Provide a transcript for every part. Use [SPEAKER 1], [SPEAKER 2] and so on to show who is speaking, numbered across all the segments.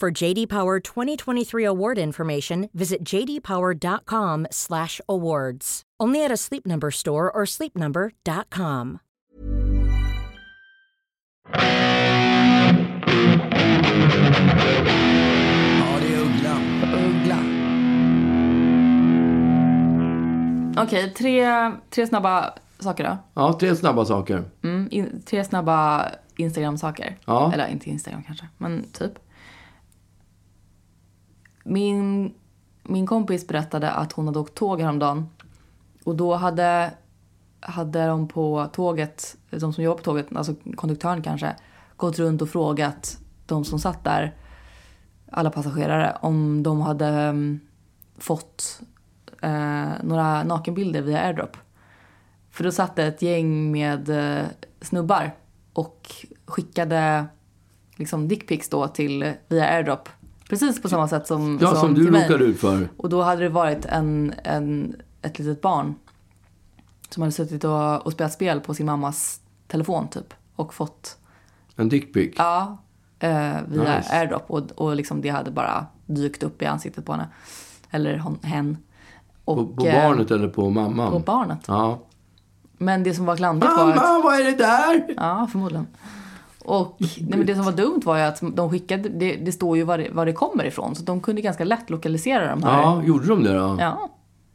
[SPEAKER 1] For JD Power 2023 award information, visit jdpower.com/awards. Only at a Sleep Number store or sleepnumber.com.
[SPEAKER 2] Ja, det är Uggla. Uggla.
[SPEAKER 3] Okej, tre, tre snabba saker då.
[SPEAKER 4] Ja, tre snabba saker.
[SPEAKER 3] Mm, in, tre snabba Instagram-saker.
[SPEAKER 4] Ja.
[SPEAKER 3] Eller inte Instagram kanske, men typ. Min, min kompis berättade att hon hade åkt tåg häromdagen. Och då hade, hade de på tåget, de som jobbar på tåget, alltså konduktören kanske, gått runt och frågat de som satt där, alla passagerare, om de hade mm, fått eh, några nakenbilder via airdrop. För då satt det ett gäng med eh, snubbar och skickade liksom dickpics då till via airdrop. Precis på samma sätt som
[SPEAKER 4] Ja, som,
[SPEAKER 3] till
[SPEAKER 4] du
[SPEAKER 3] mig.
[SPEAKER 4] råkade ut för.
[SPEAKER 3] Och då hade det varit en, en, ett litet barn som hade suttit och, och spelat spel på sin mammas telefon typ. Och fått,
[SPEAKER 4] En dickpic.
[SPEAKER 3] ja, eh, via
[SPEAKER 4] Nice.
[SPEAKER 3] airdrop. Och, och liksom det hade bara dykt upp i ansiktet på henne. Eller hon, hen. Och,
[SPEAKER 4] På, på
[SPEAKER 3] eh,
[SPEAKER 4] barnet eller på mamman?
[SPEAKER 3] På barnet.
[SPEAKER 4] Ja. Ah,
[SPEAKER 3] Men det som var klantigt var att...
[SPEAKER 4] Mamma, vad är det där?
[SPEAKER 3] Ja, förmodligen. Och nej, men det som var dumt var ju att de skickade, det, det står ju var det, var det kommer ifrån. Så de kunde ganska lätt lokalisera de här.
[SPEAKER 4] Ja, gjorde de det då?
[SPEAKER 3] ja.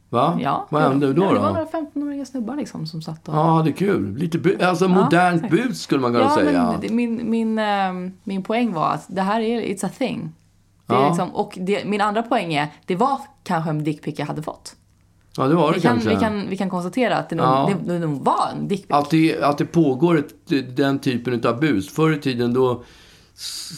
[SPEAKER 4] Va?
[SPEAKER 3] Ja,
[SPEAKER 4] vad
[SPEAKER 3] det-
[SPEAKER 4] hände då?
[SPEAKER 3] ja,
[SPEAKER 4] då?
[SPEAKER 3] Det var några 15-åriga snubbar liksom som satt och...
[SPEAKER 4] Ja, det är kul. Lite bu- alltså modernt
[SPEAKER 3] exakt.
[SPEAKER 4] bus skulle man kunna
[SPEAKER 3] Ja,
[SPEAKER 4] säga.
[SPEAKER 3] men det- min, min, ehm, min poäng var att det här är, it's a thing. Det är
[SPEAKER 4] Ja.
[SPEAKER 3] liksom, och det, min andra poäng är, det var kanske en dickpic jag hade fått.
[SPEAKER 4] ja, det var det
[SPEAKER 3] Vi kan,
[SPEAKER 4] kanske.
[SPEAKER 3] vi, kan, vi kan konstatera att det nog,
[SPEAKER 4] Ja.
[SPEAKER 3] det, det nog var en dickpic.
[SPEAKER 4] Att, det, att det pågår ett, den typen av bus. Förr i tiden då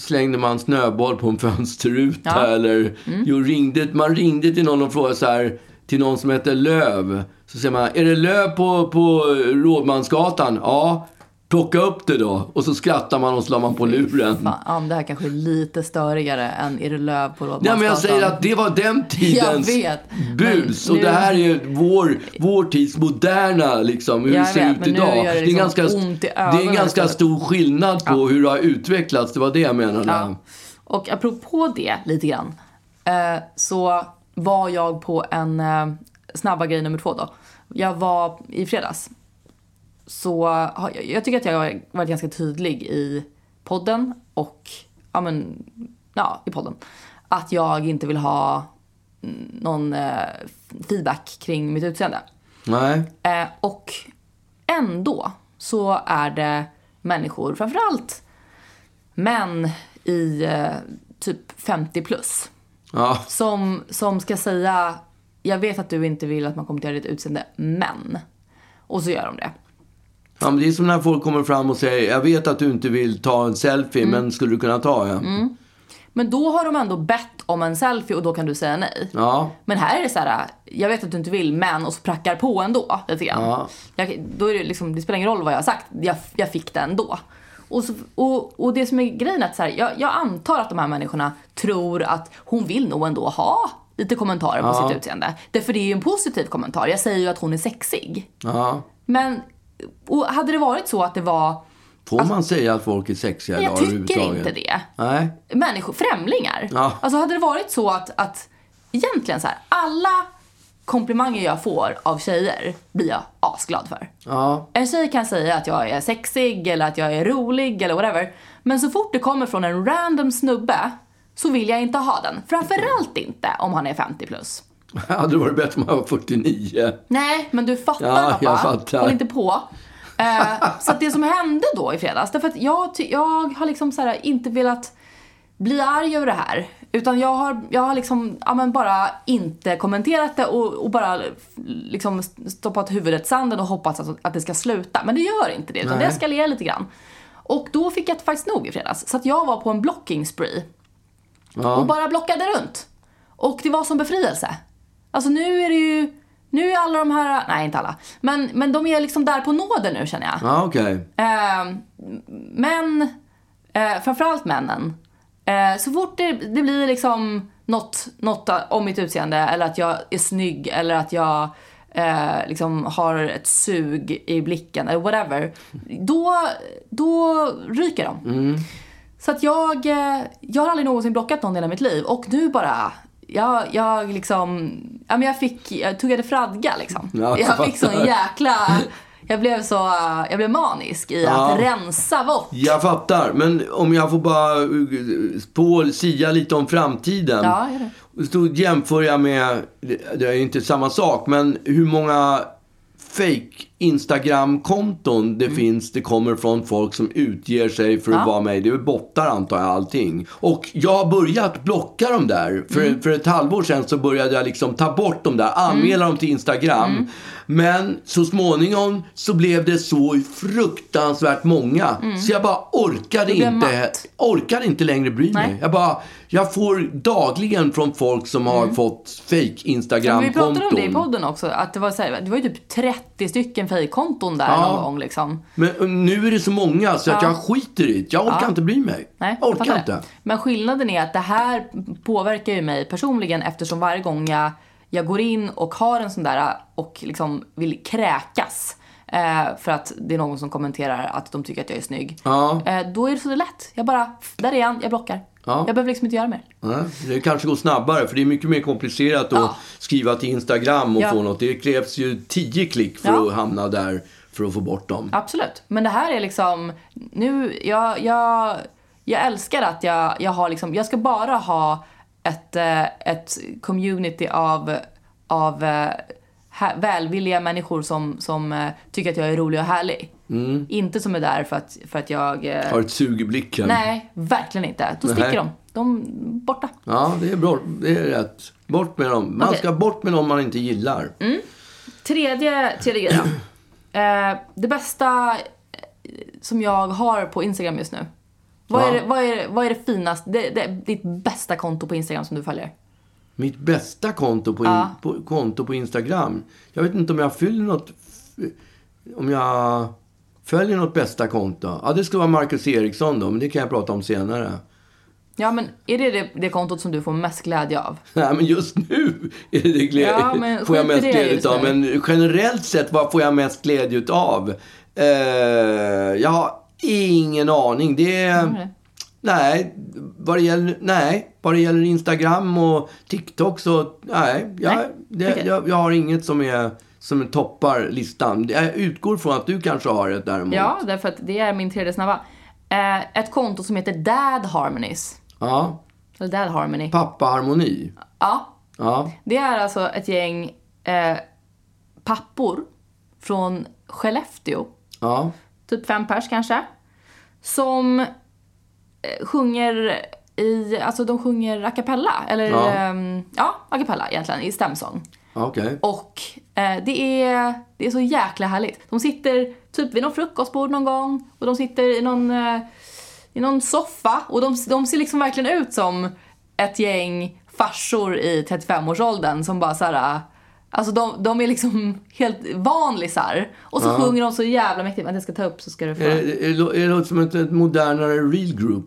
[SPEAKER 4] slängde man snöboll på en fönsterruta
[SPEAKER 3] Ja.
[SPEAKER 4] eller jo, ringde, man ringde till någon och frågade så här, till någon som heter Löv. Så säger man, är det Löv på, på Rådmansgatan? Ja, plocka upp det då. Och så skrattar man och slår man på luren.
[SPEAKER 3] Fan, ja, men det här kanske är lite störigare än är det löv på Rådmansgatan.
[SPEAKER 4] Nej, men jag säger att det var den tidens
[SPEAKER 3] Jag vet,
[SPEAKER 4] bus.
[SPEAKER 3] men
[SPEAKER 4] Och det
[SPEAKER 3] nu-
[SPEAKER 4] här är ju vår, vår tids moderna, liksom, hur
[SPEAKER 3] Jag
[SPEAKER 4] det ser
[SPEAKER 3] vet,
[SPEAKER 4] ut
[SPEAKER 3] men nu
[SPEAKER 4] idag.
[SPEAKER 3] gör det
[SPEAKER 4] är
[SPEAKER 3] liksom
[SPEAKER 4] ganska,
[SPEAKER 3] ont i
[SPEAKER 4] det är en
[SPEAKER 3] ögonen
[SPEAKER 4] ganska
[SPEAKER 3] istället.
[SPEAKER 4] stor skillnad på hur det har utvecklats. Det var det jag menade.
[SPEAKER 3] Ja. Och apropå det lite grann. Eh, så var jag på en eh, snabba grej nummer två då. Jag var i fredags. Så har- jag, jag tycker att jag har varit ganska tydlig i podden och ja men ja i podden. Att jag inte vill ha mm, någon eh, feedback kring mitt utseende.
[SPEAKER 4] Nej.
[SPEAKER 3] Eh, och ändå så är det människor, framförallt män i eh, typ 50 plus,
[SPEAKER 4] Ja.
[SPEAKER 3] som, som ska säga jag vet att du inte vill att man kommenterar ditt utseende, men. Och så gör de det.
[SPEAKER 4] ja, men det är som när folk kommer fram och säger, jag vet att du inte vill ta en selfie,
[SPEAKER 3] Mm.
[SPEAKER 4] men skulle du kunna ta en?
[SPEAKER 3] Men då har de ändå bett om en selfie och då kan du säga nej.
[SPEAKER 4] Ja.
[SPEAKER 3] Men här är det så här, jag vet att du inte vill men och så prackar på ändå lite grann.
[SPEAKER 4] Ja.
[SPEAKER 3] Jag, då är det, liksom, det spelar ingen roll vad jag har sagt, jag, jag fick det ändå. Och, så, och, och det som är grejen är att så här, jag, jag antar att de här människorna tror att hon vill nog ändå ha lite kommentarer på sitt utseende. Därför det är ju en positiv kommentar. Jag säger ju att hon är sexig.
[SPEAKER 4] ja.
[SPEAKER 3] Men och hade det varit så att det var,
[SPEAKER 4] Får man säga att folk är sexiga
[SPEAKER 3] Alltså- jag
[SPEAKER 4] idag
[SPEAKER 3] tycker inte det
[SPEAKER 4] Nej.
[SPEAKER 3] människor, främlingar.
[SPEAKER 4] Ja.
[SPEAKER 3] Alltså hade det varit så att, att egentligen så här, alla komplimanger jag får av tjejer blir jag asglad för.
[SPEAKER 4] Ja.
[SPEAKER 3] En tjej kan säga att jag är sexig eller att jag är rolig eller whatever. Men så fort det kommer från en random snubbe så vill jag inte ha den. Framförallt inte om han är 50 plus.
[SPEAKER 4] Hade det varit bättre om han var 49?
[SPEAKER 3] Nej, men du fattar
[SPEAKER 4] Ja,
[SPEAKER 3] pappa.
[SPEAKER 4] jag fattar.
[SPEAKER 3] Håll inte på. Eh, så att det som hände då i fredags, därför att jag, ty- jag har liksom så här inte velat bli arg över det här. Utan jag har, jag har liksom, ja men bara inte kommenterat det och, och bara liksom stoppat huvudet i sanden och hoppats att, att det ska sluta. Men det gör inte det, utan
[SPEAKER 4] Nej.
[SPEAKER 3] det eskalerar lite grann. Och då fick jag faktiskt nog i fredags. Så att jag var på en blocking spree och bara blockade runt. Och det var som befrielse. Alltså nu är det ju, nu är alla de här, nej inte alla, men, men de är liksom där på nåden nu känner jag.
[SPEAKER 4] Ja, okej.
[SPEAKER 3] Eh, men, eh, framförallt männen. Eh, så fort det, det blir liksom något, något om mitt utseende eller att jag är snygg eller att jag eh, liksom har ett sug i blicken eller whatever. Då, då ryker de.
[SPEAKER 4] Mm.
[SPEAKER 3] Så att jag, eh, jag har aldrig någonsin blockat någon i hela mitt liv och nu bara jag, jag liksom, ja men jag fick, jag tuggade fradga liksom.
[SPEAKER 4] Ja, jag
[SPEAKER 3] jag fick sån
[SPEAKER 4] fattar.
[SPEAKER 3] jäkla, jag blev så, eh, jag blev manisk i att rensa bort.
[SPEAKER 4] Jag fattar, men om jag får bara eh, spå, sia lite om framtiden.
[SPEAKER 3] Ja, gör
[SPEAKER 4] Så jämför jag med, det- det är ju inte samma sak, men hur många fake Instagram-konton
[SPEAKER 3] Mm.
[SPEAKER 4] det finns, det kommer från folk som utger sig för att vara mig. Det är väl bottar antar jag allting. Och jag har börjat blocka de där. För,
[SPEAKER 3] Mm.
[SPEAKER 4] för ett halvår sedan så började jag liksom ta bort de där,
[SPEAKER 3] Mm.
[SPEAKER 4] anmäla dem till Instagram. Men så småningom så blev det så fruktansvärt många. Så jag bara orkade
[SPEAKER 3] Mm. blev
[SPEAKER 4] inte,
[SPEAKER 3] matt.
[SPEAKER 4] orkade inte längre bry mig.
[SPEAKER 3] Nej.
[SPEAKER 4] Jag bara, jag får dagligen från folk som har fått fake
[SPEAKER 3] Mm. Men vi
[SPEAKER 4] Instagram-konton.
[SPEAKER 3] pratade om det i podden också, att det var, så här, det var ju typ 30 stycken fejkkonton där
[SPEAKER 4] Ja.
[SPEAKER 3] någon gång liksom.
[SPEAKER 4] Men nu är det så många så att jag skiter i det. Jag orkar inte bry mig.
[SPEAKER 3] Nej,
[SPEAKER 4] jag
[SPEAKER 3] fattar
[SPEAKER 4] orkar
[SPEAKER 3] det.
[SPEAKER 4] inte.
[SPEAKER 3] Men skillnaden är att det här påverkar ju mig personligen eftersom varje gång jag, jag går in och har en sån där och liksom vill kräkas eh, för att det är någon som kommenterar att de tycker att jag är snygg.
[SPEAKER 4] Ja.
[SPEAKER 3] Eh, då är det så lätt. Jag bara, där är han, jag blockar.
[SPEAKER 4] Ja.
[SPEAKER 3] Jag behöver liksom inte göra mer.
[SPEAKER 4] Nej, Det kanske går snabbare för det är mycket mer komplicerat att skriva till Instagram och
[SPEAKER 3] Ja.
[SPEAKER 4] få något. Det krävs ju tio klick för
[SPEAKER 3] Ja.
[SPEAKER 4] att hamna där för att få bort dem.
[SPEAKER 3] Absolut. Men det här är liksom, nu, jag, jag, jag älskar att jag, jag har liksom, jag ska bara ha ett, eh, ett community av, av eh, hä- välvilliga människor som, som eh, tycker att jag är rolig och härlig. Inte som är där för att, för att jag... eh,
[SPEAKER 4] Mm. Har ett sug i blicken.
[SPEAKER 3] Nej, verkligen inte. Då sticker
[SPEAKER 4] Nej.
[SPEAKER 3] de. De borta.
[SPEAKER 4] Ja, det är bra. Det är rätt. Bort med dem. Man
[SPEAKER 3] Okej.
[SPEAKER 4] ska bort med dem man inte gillar.
[SPEAKER 3] Tredje, tredje grejen. eh, det bästa eh, som jag har på Instagram just nu. Vad, är,
[SPEAKER 4] Ja.
[SPEAKER 3] det, vad, är, det- vad är det finaste, det, det, ditt bästa konto på Instagram som du följer?
[SPEAKER 4] Mitt bästa konto på, in, på, konto på Instagram. Jag vet inte om jag fyller något... f- Om jag följer något bästa konto. Ja, det skulle vara Marcus Eriksson då, men det kan jag prata om senare.
[SPEAKER 3] Ja men är det, det det kontot som du får mest glädje av?
[SPEAKER 4] Nej, men just nu är det glä-
[SPEAKER 3] Ja, men
[SPEAKER 4] får jag
[SPEAKER 3] skit i
[SPEAKER 4] mest
[SPEAKER 3] det
[SPEAKER 4] glädje
[SPEAKER 3] just
[SPEAKER 4] utav.
[SPEAKER 3] nu.
[SPEAKER 4] Men generellt sett, vad får jag mest glädje utav? Eh, jag har ingen aning. Det är... Nej, vad det gäller, nej, vad det gäller Instagram och TikTok så nej. Jag,
[SPEAKER 3] Nej,
[SPEAKER 4] det,
[SPEAKER 3] okej.
[SPEAKER 4] jag, jag har inget som, är, som toppar listan. Jag utgår från att du kanske har ett däremot.
[SPEAKER 3] Ja, därför att det är min tredje snabba. Eh, ett konto som heter Dad Harmonies.
[SPEAKER 4] ja.
[SPEAKER 3] Eller Dad Harmony.
[SPEAKER 4] Pappaharmoni.
[SPEAKER 3] Ja,
[SPEAKER 4] Ja.
[SPEAKER 3] Det är alltså ett gäng eh, pappor från Skellefteå
[SPEAKER 4] ja.
[SPEAKER 3] typ fem pers kanske. Som eh, sjunger i, alltså de sjunger a cappella, eller
[SPEAKER 4] Ja.
[SPEAKER 3] ehm, ja, a cappella egentligen, i stämsång.
[SPEAKER 4] Okej.
[SPEAKER 3] Och eh, det, är, det är så jäkla härligt. De sitter typ vid någon frukostbord någon gång och de sitter i någon, eh, i någon soffa och de, de ser liksom verkligen ut som ett gäng farsor i 35-årsåldern som bara såhär, alltså de, de är liksom helt vanlisar. Och så sjunger de så jävla mäktigt. Vänta jag ska ta upp så ska du få.
[SPEAKER 4] Är det- är det- är det låter som ett, ett modernare real group.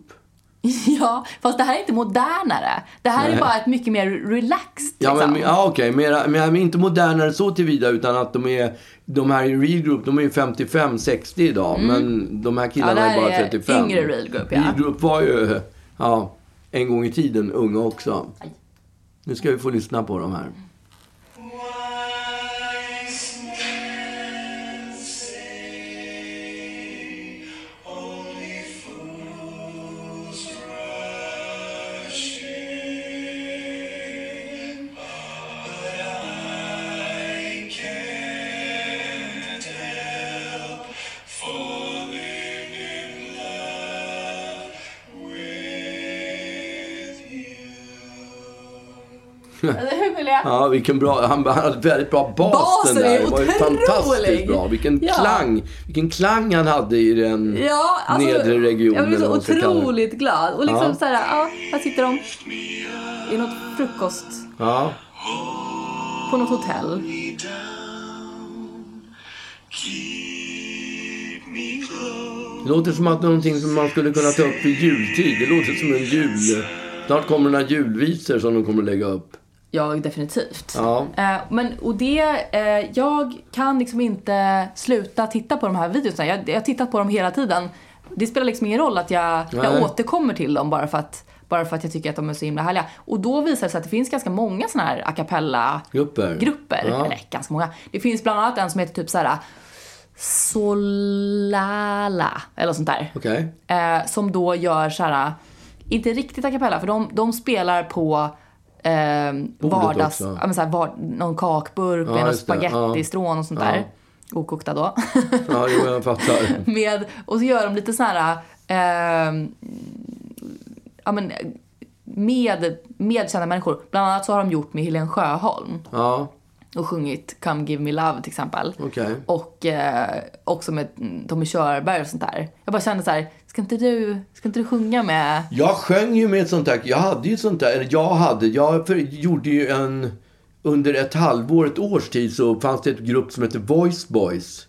[SPEAKER 3] Ja, fast det här är inte modernare. Det här är bara ett mycket mer relaxed
[SPEAKER 4] Ja,
[SPEAKER 3] liksom.
[SPEAKER 4] men, ja okej. Mera- Men, men inte modernare så tillvida utan att de är, de här i real group, de är ju 55-60 idag. Men de här
[SPEAKER 3] Mm. Ja,
[SPEAKER 4] killarna
[SPEAKER 3] det
[SPEAKER 4] är
[SPEAKER 3] här
[SPEAKER 4] bara
[SPEAKER 3] är
[SPEAKER 4] 35.
[SPEAKER 3] yngre real group, ja.
[SPEAKER 4] Real group var ju, ja, en gång i tiden unga också. Nu ska vi få lyssna på de här.
[SPEAKER 5] Only fools rush in.
[SPEAKER 3] Alltså hur vill jag?
[SPEAKER 4] Ja, vilken bra, han, han hade väldigt bra bas
[SPEAKER 3] Basen
[SPEAKER 4] den där.
[SPEAKER 3] är
[SPEAKER 4] Det var ju
[SPEAKER 3] otrolig.
[SPEAKER 4] fantastiskt bra. Vilken
[SPEAKER 3] Ja.
[SPEAKER 4] klang. Vilken klang han hade i den
[SPEAKER 3] Ja, alltså,
[SPEAKER 4] nedre regionen.
[SPEAKER 3] Jag blev
[SPEAKER 4] eller
[SPEAKER 3] så
[SPEAKER 4] vad man ska kalla det.
[SPEAKER 3] otroligt glad. Och liksom
[SPEAKER 4] Ja.
[SPEAKER 3] så här, ja, här sitter de i något frukost
[SPEAKER 4] Ja.
[SPEAKER 3] på något hotell.
[SPEAKER 4] Det låter som att någonting som man skulle kunna ta upp i jultid. Det låter som en jul... Snart kommer några julvisor som de kommer att lägga upp.
[SPEAKER 3] Ja, definitivt.
[SPEAKER 4] Ja.
[SPEAKER 3] Eh, men, och det, eh, jag kan liksom inte sluta titta på de här videorna. Jag, jag har tittat på dem hela tiden. Det spelar liksom ingen roll att jag,
[SPEAKER 4] Nej.
[SPEAKER 3] jag återkommer till dem bara för, att, bara för att jag tycker att de är så himla härliga. Och då visar det sig att det finns ganska många såna här a cappella
[SPEAKER 4] Grupper.
[SPEAKER 3] grupper.
[SPEAKER 4] Ja.
[SPEAKER 3] Eller ganska många. Det finns bland annat en som heter typ så här Solala eller sånt där.
[SPEAKER 4] Okej.
[SPEAKER 3] Eh, som då gör så här, inte riktigt a cappella, för de, de spelar på eh, vardags,
[SPEAKER 4] också.
[SPEAKER 3] ja, men så här, var, någon kakburk,
[SPEAKER 4] Ja,
[SPEAKER 3] med någon
[SPEAKER 4] just det. Ja.
[SPEAKER 3] spagettistrån och sånt där. Okokta då.
[SPEAKER 4] Ja, jo, jag fattar.
[SPEAKER 3] med, och så gör de lite så här, eh, ja men, med, med kända människor. Bland annat så har de gjort med Helen Sjöholm
[SPEAKER 4] Ja,
[SPEAKER 3] och sjungit Come Give Me Love till exempel.
[SPEAKER 4] Okej.
[SPEAKER 3] Och eh, också med mm, Tommy Körberg och sånt där. Jag bara kände så här, ska inte du, ska inte du sjunga med...
[SPEAKER 4] Jag sjöng ju med ett sånt där. Jag hade ju ett sånt där. Eller jag hade. Jag för, gjorde ju en... Under ett halvår, ett års tid så fanns det ett grupp som hette Voice Boys.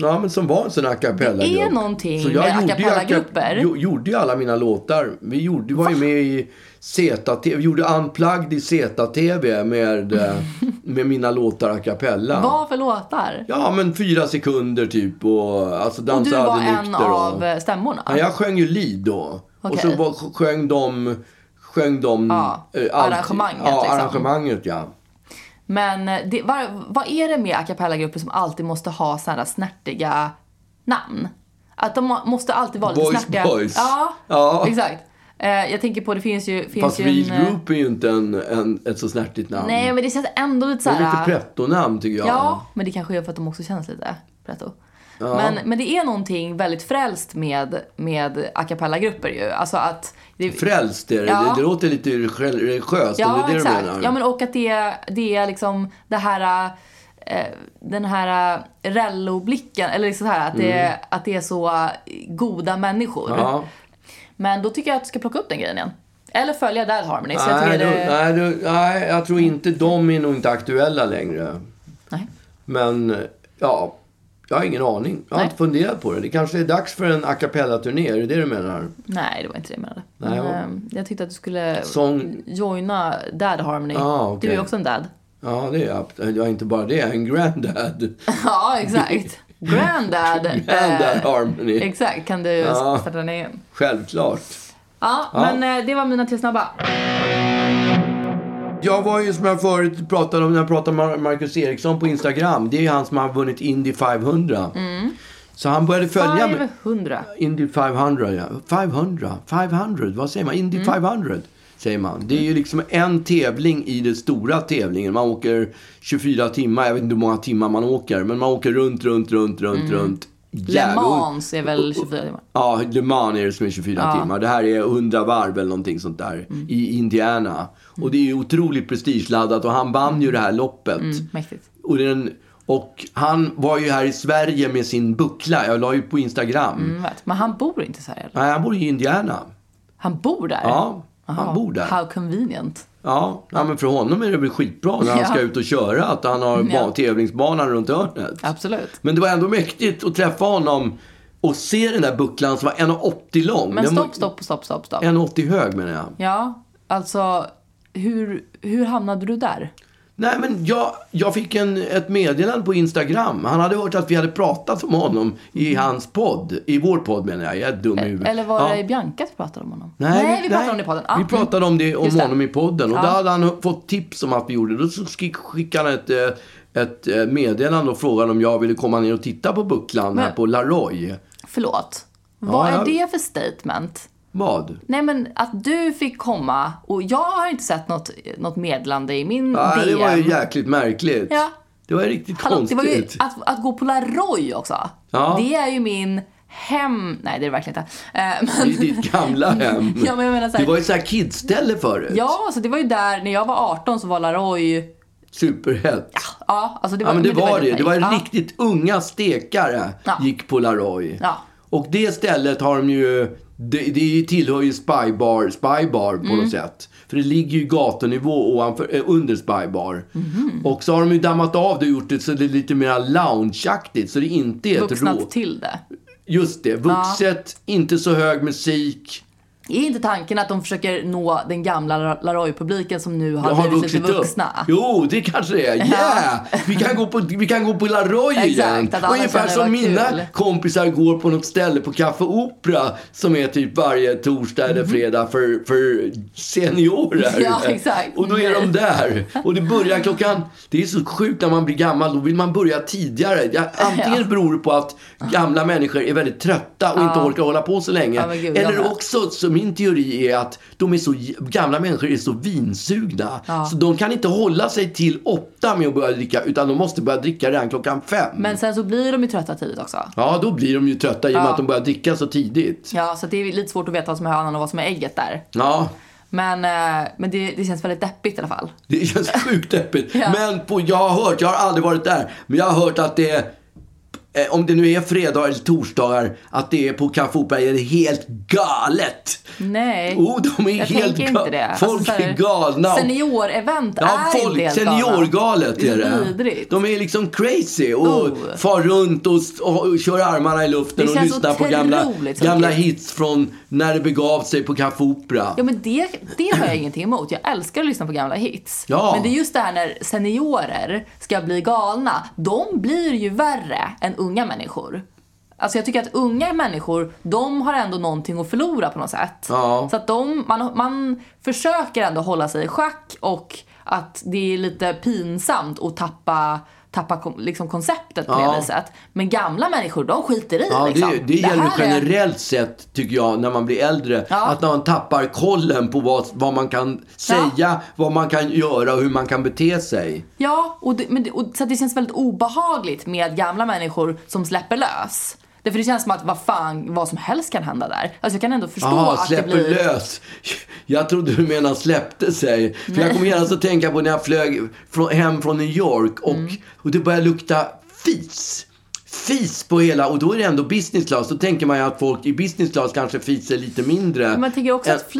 [SPEAKER 4] Ja, men som var en sån här a cappella
[SPEAKER 3] Mm. Det är någonting
[SPEAKER 4] så jag
[SPEAKER 3] med a
[SPEAKER 4] gjorde ju
[SPEAKER 3] cappella-grupper.
[SPEAKER 4] acapella- jo- gjorde ju alla mina låtar. Vi gjorde, var ju med i ZTV. Vi gjorde Unplugged i ZTV med, eh, med mina låtar a cappella.
[SPEAKER 3] Vad för låtar?
[SPEAKER 4] Ja, men fyra sekunder typ. Och, alltså, dansa
[SPEAKER 3] och du var
[SPEAKER 4] aldrig
[SPEAKER 3] en
[SPEAKER 4] nykter
[SPEAKER 3] av
[SPEAKER 4] och...
[SPEAKER 3] eh, stämmorna?
[SPEAKER 4] Ja, jag sjöng ju lead då. Och så
[SPEAKER 3] Okej.
[SPEAKER 4] var, sjöng de... Sjöng de
[SPEAKER 3] Ja,
[SPEAKER 4] eh, allt-
[SPEAKER 3] arrangemanget,
[SPEAKER 4] Ja,
[SPEAKER 3] liksom.
[SPEAKER 4] arrangemanget ja.
[SPEAKER 3] Men eh, det, vad, vad är det med a cappella-grupper som alltid måste ha sådana snärtiga namn? Att de må- måste alltid vara lite
[SPEAKER 4] Boys
[SPEAKER 3] snärtiga.
[SPEAKER 4] Boys.
[SPEAKER 3] Ja,
[SPEAKER 4] Ja.
[SPEAKER 3] exakt. Eh, jag tänker på, det finns ju... Finns
[SPEAKER 4] Fast
[SPEAKER 3] ju
[SPEAKER 4] Reed
[SPEAKER 3] en, eh,
[SPEAKER 4] Group är ju inte en, en, ett så snärtigt namn.
[SPEAKER 3] Nej, men det känns ändå lite eh,
[SPEAKER 4] det
[SPEAKER 3] såhär...
[SPEAKER 4] är lite pretto-namn tycker jag.
[SPEAKER 3] Ja, men det kanske är för att de också känns lite pretto. Men, men det är någonting väldigt frälst med, med a cappella-grupper ju. Alltså att... Det,
[SPEAKER 4] Frälst är det.
[SPEAKER 3] Ja.
[SPEAKER 4] Det, det låter lite religiöst.
[SPEAKER 3] Ja,
[SPEAKER 4] är det det
[SPEAKER 3] exakt.
[SPEAKER 4] du menar?
[SPEAKER 3] Ja, men och att det, det är liksom det här... eh, Den här eh, relloblicken, eller liksom så här, att, det, att det är så eh, goda människor.
[SPEAKER 4] Mm. Ja.
[SPEAKER 3] Men då tycker jag att du ska plocka upp den grejen igen. Eller följa Dad Harmony. Så jag
[SPEAKER 4] Nej,
[SPEAKER 3] tycker
[SPEAKER 4] då,
[SPEAKER 3] det...
[SPEAKER 4] nej, då, nej, jag tror inte de är nog inte aktuella längre.
[SPEAKER 3] Nej.
[SPEAKER 4] Men ja, jag har ingen aning. Jag har
[SPEAKER 3] Nej.
[SPEAKER 4] inte funderat på det. Det kanske är dags för en a cappella-turné. Är det det du menar?
[SPEAKER 3] Nej, det var inte det jag menade.
[SPEAKER 4] Nej,
[SPEAKER 3] Men,
[SPEAKER 4] vad-
[SPEAKER 3] eh, jag tyckte att du skulle
[SPEAKER 4] Sång-
[SPEAKER 3] joina Dad Harmony.
[SPEAKER 4] Ah, okej.
[SPEAKER 3] Du är också en dad.
[SPEAKER 4] Ja, det är jag. Jag är inte bara det. Jag är en granddad.
[SPEAKER 3] Ja, exakt. Granddad. eh,
[SPEAKER 4] Granddad Harmony.
[SPEAKER 3] Exakt, kan du
[SPEAKER 4] Ja.
[SPEAKER 3] starta den igen?
[SPEAKER 4] Självklart.
[SPEAKER 3] Ja,
[SPEAKER 4] Ja.
[SPEAKER 3] men eh, det var mina tre snabba.
[SPEAKER 4] Jag var ju som jag förut pratade om när jag pratade med Mar- Marcus Eriksson på Instagram. Det är ju han som har vunnit Indy 500.
[SPEAKER 3] Mm.
[SPEAKER 4] Så han började följa mig.
[SPEAKER 3] 500.
[SPEAKER 4] Indy 500, ja. 500, 500, vad säger man? Indy
[SPEAKER 3] Mm.
[SPEAKER 4] 500, säger man. Det är ju liksom en tävling i den stora tävlingen. Man åker 24 timmar, jag vet inte hur många timmar man åker, men man åker runt, runt, runt, runt, runt.
[SPEAKER 3] Mm. Le
[SPEAKER 4] Jävlar.
[SPEAKER 3] Mans är väl 24 timmar?
[SPEAKER 4] Ja, Le Mans är det som är 24
[SPEAKER 3] Ja. Mm.
[SPEAKER 4] timmar. Det här är 100 varv eller någonting sånt där i Indiana. Och det är ju otroligt prestigeladdat och han vann ju det här loppet.
[SPEAKER 3] Mäktigt.
[SPEAKER 4] Och, den, och han var ju här i Sverige med sin buckla. Jag la ju på Instagram.
[SPEAKER 3] Mm, vet. Men han bor inte i Sverige eller?
[SPEAKER 4] Nej, han bor i Indiana.
[SPEAKER 3] Han bor där?
[SPEAKER 4] Ja,
[SPEAKER 3] Jaha.
[SPEAKER 4] han bor där.
[SPEAKER 3] How convenient.
[SPEAKER 4] Ja, ja, men för honom är det väl skitbra när han
[SPEAKER 3] Ja.
[SPEAKER 4] ska ut och köra att han har ba-
[SPEAKER 3] Ja.
[SPEAKER 4] tävlingsbanan runt hörnet.
[SPEAKER 3] Absolut.
[SPEAKER 4] Men det var ändå mäktigt att träffa honom och se den där bucklan som var 1,80 lång.
[SPEAKER 3] Men
[SPEAKER 4] Den var-
[SPEAKER 3] stopp, stopp, stopp, stopp, stopp.
[SPEAKER 4] 1,80 hög menar jag.
[SPEAKER 3] Ja, alltså hur, hur hamnade du där?
[SPEAKER 4] Nej, men jag, jag fick en, ett meddelande på Instagram. Han hade hört att vi hade pratat om honom i hans podd. I vår podd menar jag. Jag är dum i huvudet.
[SPEAKER 3] Eh, Eller var
[SPEAKER 4] Ja.
[SPEAKER 3] det Bianca som pratade om honom?
[SPEAKER 4] Nej,
[SPEAKER 3] vi pratade om det i podden. Ah,
[SPEAKER 4] Vi
[SPEAKER 3] mm.
[SPEAKER 4] pratade om, det, om
[SPEAKER 3] Just det.
[SPEAKER 4] honom i podden. Och
[SPEAKER 3] Ja.
[SPEAKER 4] då hade han fått tips om att vi gjorde. Då så skick- skickade han ett, eh, ett eh, meddelande och frågade om jag ville komma ner och titta på bucklan här
[SPEAKER 3] Men-
[SPEAKER 4] på Laroy.
[SPEAKER 3] Förlåt. Vad
[SPEAKER 4] ja.
[SPEAKER 3] är det för statement?
[SPEAKER 4] Vad?
[SPEAKER 3] Nej men att du fick komma och jag har inte sett något, något meddelande i min
[SPEAKER 4] Nej, det
[SPEAKER 3] DM.
[SPEAKER 4] var ju jäkligt märkligt.
[SPEAKER 3] Ja.
[SPEAKER 4] Det var ju riktigt
[SPEAKER 3] Hallå, det
[SPEAKER 4] konstigt.
[SPEAKER 3] var ju, att, att gå på Laroy också.
[SPEAKER 4] Ja.
[SPEAKER 3] Det är ju min hem. Nej, det är det verkligen inte. Eh, men-
[SPEAKER 4] I ditt gamla hem.
[SPEAKER 3] Ja, men jag menar så här-
[SPEAKER 4] det var ju så här kidsställe förut.
[SPEAKER 3] Ja, så det var ju där, när jag var 18 så var Laroy...
[SPEAKER 4] Superhett.
[SPEAKER 3] Ja, alltså det var
[SPEAKER 4] Ja, men det var
[SPEAKER 3] väldigt
[SPEAKER 4] det. Det var
[SPEAKER 3] nice. Ja.
[SPEAKER 4] riktigt unga stekare
[SPEAKER 3] Ja.
[SPEAKER 4] gick på Laroy.
[SPEAKER 3] Ja.
[SPEAKER 4] Och det stället har de ju... Det, det tillhör ju Spybar, Spybar på
[SPEAKER 3] Mm.
[SPEAKER 4] något sätt. För det ligger ju gatunivå ovanför, eh, under Spybar.
[SPEAKER 3] Mhm.
[SPEAKER 4] Och så har de ju dammat av det och gjort det så det är lite mer loungeaktigt. Så det inte är ett rå...
[SPEAKER 3] Vuxnat till det.
[SPEAKER 4] Just det, vuxet, inte så hög musik.
[SPEAKER 3] Är inte tanken att de försöker nå den gamla La- Laroy-publiken som nu har,
[SPEAKER 4] Jag har
[SPEAKER 3] blivit
[SPEAKER 4] vuxit
[SPEAKER 3] lite
[SPEAKER 4] upp.
[SPEAKER 3] vuxna?
[SPEAKER 4] Jo, det kanske det är. Yeah! Vi, kan gå på, vi kan gå på Laroy
[SPEAKER 3] Exakt,
[SPEAKER 4] igen.
[SPEAKER 3] att alla
[SPEAKER 4] Ungefär
[SPEAKER 3] känner
[SPEAKER 4] som
[SPEAKER 3] det var
[SPEAKER 4] mina
[SPEAKER 3] kul.
[SPEAKER 4] kompisar går på något ställe på Café Opera som är typ varje torsdag eller fredag för, för seniorer.
[SPEAKER 3] Mm. Ja, exakt.
[SPEAKER 4] Och då är de där. Och det börjar klockan... Det är så sjukt när man blir gammal. Då vill man börja tidigare. Ja, antingen beror det på att gamla människor är väldigt trötta och inte orkar hålla på så länge.
[SPEAKER 3] Ja, men gud, jag
[SPEAKER 4] eller
[SPEAKER 3] med.
[SPEAKER 4] också, så min teori är att de är så, gamla människor är så vinsugna. Så de kan inte hålla sig till åtta med att börja dricka, utan de måste börja dricka redan klockan fem.
[SPEAKER 3] Men sen så blir de ju trötta tidigt också.
[SPEAKER 4] Ja, då blir de ju trötta i och med att de börjar dricka så tidigt.
[SPEAKER 3] Ja, så det är lite svårt att veta vad som är hönan och vad som är ägget där.
[SPEAKER 4] Ja,
[SPEAKER 3] Men, eh, men det, det känns väldigt deppigt i alla fall.
[SPEAKER 4] det känns sjukt deppigt.
[SPEAKER 3] Ja.
[SPEAKER 4] Men på, jag har hört, jag har aldrig varit där, men jag har hört att det är eh, om det nu är fredagar eller torsdagar, att det är på Café Opera är det helt galet.
[SPEAKER 3] Nej.
[SPEAKER 4] Oh, de är
[SPEAKER 3] jag
[SPEAKER 4] helt
[SPEAKER 3] tänker inte
[SPEAKER 4] ga-
[SPEAKER 3] det. Alltså,
[SPEAKER 4] Folk
[SPEAKER 3] så här,
[SPEAKER 4] är galna.
[SPEAKER 3] Seniorevent
[SPEAKER 4] Ja,
[SPEAKER 3] är inte
[SPEAKER 4] folk,
[SPEAKER 3] helt galna.
[SPEAKER 4] seniorgalet är
[SPEAKER 3] Det är så
[SPEAKER 4] det.
[SPEAKER 3] vidrigt.
[SPEAKER 4] De är liksom crazy och
[SPEAKER 3] Oh.
[SPEAKER 4] far runt och, s- och, och kör armarna i luften
[SPEAKER 3] Det
[SPEAKER 4] och
[SPEAKER 3] känns
[SPEAKER 4] lyssnar på gamla,
[SPEAKER 3] otroligt
[SPEAKER 4] gamla
[SPEAKER 3] tråkigt.
[SPEAKER 4] hits från när det begav sig på Café Opera.
[SPEAKER 3] Ja men det, det har jag ingenting emot. Jag älskar att lyssna på gamla hits.
[SPEAKER 4] Ja.
[SPEAKER 3] Men det är just det här när seniorer ska bli galna. De blir ju värre än unga människor. Alltså jag tycker att unga människor, de har ändå någonting att förlora på något sätt.
[SPEAKER 4] Ja.
[SPEAKER 3] Så att de, man, man försöker ändå hålla sig i schack och att det är lite pinsamt att tappa tappa kom- liksom konceptet på
[SPEAKER 4] Ja.
[SPEAKER 3] det viset. Men gamla människor, de skiter i
[SPEAKER 4] Ja,
[SPEAKER 3] liksom.
[SPEAKER 4] det, det gäller
[SPEAKER 3] här är-
[SPEAKER 4] generellt sett, tycker jag, när man blir äldre.
[SPEAKER 3] Ja.
[SPEAKER 4] Att man tappar kollen på vad, vad man kan säga, vad man kan göra och hur man kan bete sig.
[SPEAKER 3] Ja, och det, men det, och, så att det känns väldigt obehagligt med gamla människor som släpper lös. Därför det känns som att vad fan, vad som helst kan hända där. Alltså jag kan ändå förstå
[SPEAKER 4] Jaha,
[SPEAKER 3] att det
[SPEAKER 4] släpper
[SPEAKER 3] blir...
[SPEAKER 4] Ah, lös. Jag trodde du menade släppte sig. För jag kommer genast att tänka på när jag flög från, hem från New York och,
[SPEAKER 3] Mm.
[SPEAKER 4] och det började lukta fis. Fis på hela, och då är det ändå business class. Då tänker man ju att folk i business class kanske fiser lite mindre.
[SPEAKER 3] Men jag tänker också
[SPEAKER 4] än-
[SPEAKER 3] att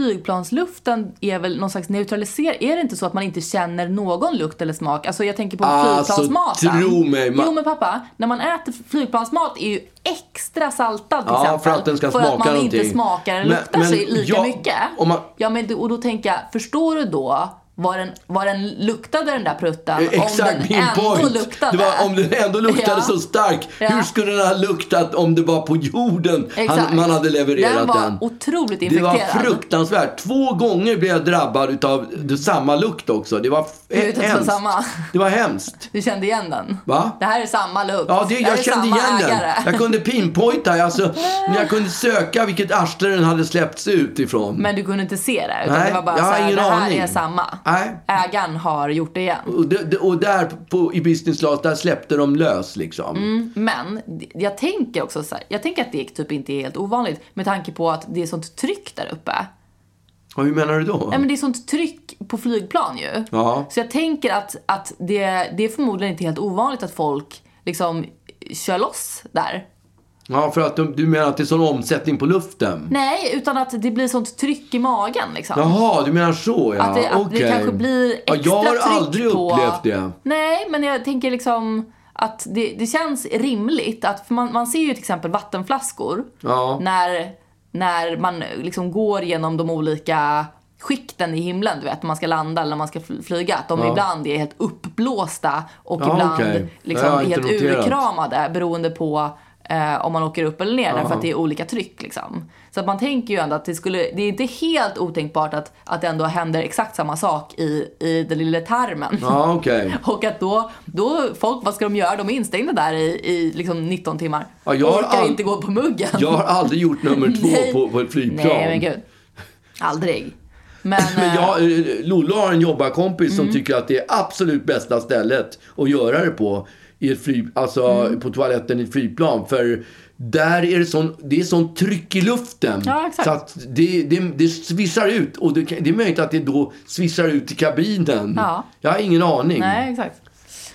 [SPEAKER 3] flygplansluften är väl någon slags neutralisering. Är det inte så att man inte känner någon lukt eller smak? Alltså jag tänker på
[SPEAKER 4] Alltså,
[SPEAKER 3] flygplansmaten.
[SPEAKER 4] tro mig, man-
[SPEAKER 3] Jo men pappa, när man äter flygplansmat är ju extra saltad till
[SPEAKER 4] Ja,
[SPEAKER 3] exempel.
[SPEAKER 4] för att den ska
[SPEAKER 3] För
[SPEAKER 4] smaka
[SPEAKER 3] att man
[SPEAKER 4] någonting.
[SPEAKER 3] inte smakar eller
[SPEAKER 4] Men-
[SPEAKER 3] luktar
[SPEAKER 4] men
[SPEAKER 3] sig lika
[SPEAKER 4] jag-
[SPEAKER 3] mycket.
[SPEAKER 4] om man-
[SPEAKER 3] Ja men du- och då tänker jag, förstår du då vad den, vad den luktade den där pruttan?
[SPEAKER 4] Eh, Exakt,
[SPEAKER 3] om den
[SPEAKER 4] min
[SPEAKER 3] ändå
[SPEAKER 4] point.
[SPEAKER 3] luktade.
[SPEAKER 4] Det var, om den ändå luktade
[SPEAKER 3] Ja.
[SPEAKER 4] så stark,
[SPEAKER 3] Ja.
[SPEAKER 4] hur skulle den ha luktat om det var på jorden
[SPEAKER 3] Exakt.
[SPEAKER 4] han, man hade levererat den?
[SPEAKER 3] Den var otroligt
[SPEAKER 4] Det var
[SPEAKER 3] infekterad.
[SPEAKER 4] fruktansvärt. Två gånger blev jag drabbad utav det- samma lukt också. Det var f-
[SPEAKER 3] är ute efter
[SPEAKER 4] hemskt.
[SPEAKER 3] samma.
[SPEAKER 4] Det var hemskt.
[SPEAKER 3] Du kände igen den?
[SPEAKER 4] Va?
[SPEAKER 3] Det här är samma lukt.
[SPEAKER 4] Ja, det,
[SPEAKER 3] här
[SPEAKER 4] jag
[SPEAKER 3] är
[SPEAKER 4] kände
[SPEAKER 3] samma
[SPEAKER 4] igen den.
[SPEAKER 3] ägare.
[SPEAKER 4] Jag kunde pinpointa, alltså, jag kunde söka vilket arsle den hade släppts ut ifrån.
[SPEAKER 3] Men du kunde inte se det? Utan
[SPEAKER 4] Nej,
[SPEAKER 3] det var bara
[SPEAKER 4] jag har
[SPEAKER 3] så här,
[SPEAKER 4] ingen
[SPEAKER 3] det här
[SPEAKER 4] aning.
[SPEAKER 3] är samma.
[SPEAKER 4] Nej.
[SPEAKER 3] Ägaren har gjort det igen.
[SPEAKER 4] Och, det- det- och där på, i business class, där släppte de lös liksom.
[SPEAKER 3] Mm. Men d- jag tänker också så här, jag tänker att det typ inte är helt ovanligt med tanke på att det är sånt tryck där uppe.
[SPEAKER 4] Och hur menar du då?
[SPEAKER 3] Nej men det är sånt tryck på flygplan ju.
[SPEAKER 4] Ja.
[SPEAKER 3] Så jag tänker att, att det, det är förmodligen inte helt ovanligt att folk liksom kör loss där.
[SPEAKER 4] Ja, för att de, du menar att det är sån omsättning på luften?
[SPEAKER 3] Nej, utan att det blir sånt tryck i magen liksom.
[SPEAKER 4] Jaha, du menar så ja.
[SPEAKER 3] Att det, att
[SPEAKER 4] Okej.
[SPEAKER 3] det kanske blir extra
[SPEAKER 4] ja, Jag har
[SPEAKER 3] tryck
[SPEAKER 4] aldrig
[SPEAKER 3] på...
[SPEAKER 4] upplevt det.
[SPEAKER 3] Nej, men jag tänker liksom att det, det känns rimligt. Att, för man, man ser ju till exempel vattenflaskor
[SPEAKER 4] Ja.
[SPEAKER 3] när, när man liksom går genom de olika skikten i himlen, du vet, när man ska landa eller när man ska fl- flyga. Att de ibland är helt uppblåsta och
[SPEAKER 4] Ja,
[SPEAKER 3] ibland
[SPEAKER 4] okej. Jag
[SPEAKER 3] liksom
[SPEAKER 4] har
[SPEAKER 3] är
[SPEAKER 4] inte
[SPEAKER 3] helt
[SPEAKER 4] noterat.
[SPEAKER 3] urkramade beroende på eh, om man åker upp eller ner därför att det är olika tryck liksom. Så att man tänker ju ändå att det skulle, det är inte helt otänkbart att, att det ändå händer exakt samma sak i, i den lilla tarmen.
[SPEAKER 4] Ja, okej.
[SPEAKER 3] Och att då, då, folk, vad ska de göra? De är instängda där i, i liksom 19 timmar.
[SPEAKER 4] Ja, jag har
[SPEAKER 3] Orkar
[SPEAKER 4] all-
[SPEAKER 3] inte gå på muggen.
[SPEAKER 4] Jag har aldrig gjort nummer två
[SPEAKER 3] Nej.
[SPEAKER 4] på, på ett flygplan.
[SPEAKER 3] Nej men gud. Aldrig. Men,
[SPEAKER 4] Men
[SPEAKER 3] eh,
[SPEAKER 4] jag, eh, Lollo har en jobbarkompis
[SPEAKER 3] Mm.
[SPEAKER 4] som tycker att det är absolut bästa
[SPEAKER 3] Mm.
[SPEAKER 4] stället att göra det på. I ett flyg, alltså på toaletten i ett flygplan. För Där är det, sån, det är sån tryck i luften.
[SPEAKER 3] Ja, exakt.
[SPEAKER 4] Så att det, det, det svissar ut. Och det, kan- det är möjligt att det då svissar ut i kabinen.
[SPEAKER 3] Ja.
[SPEAKER 4] Jag har ingen aning.
[SPEAKER 3] Nej, exakt.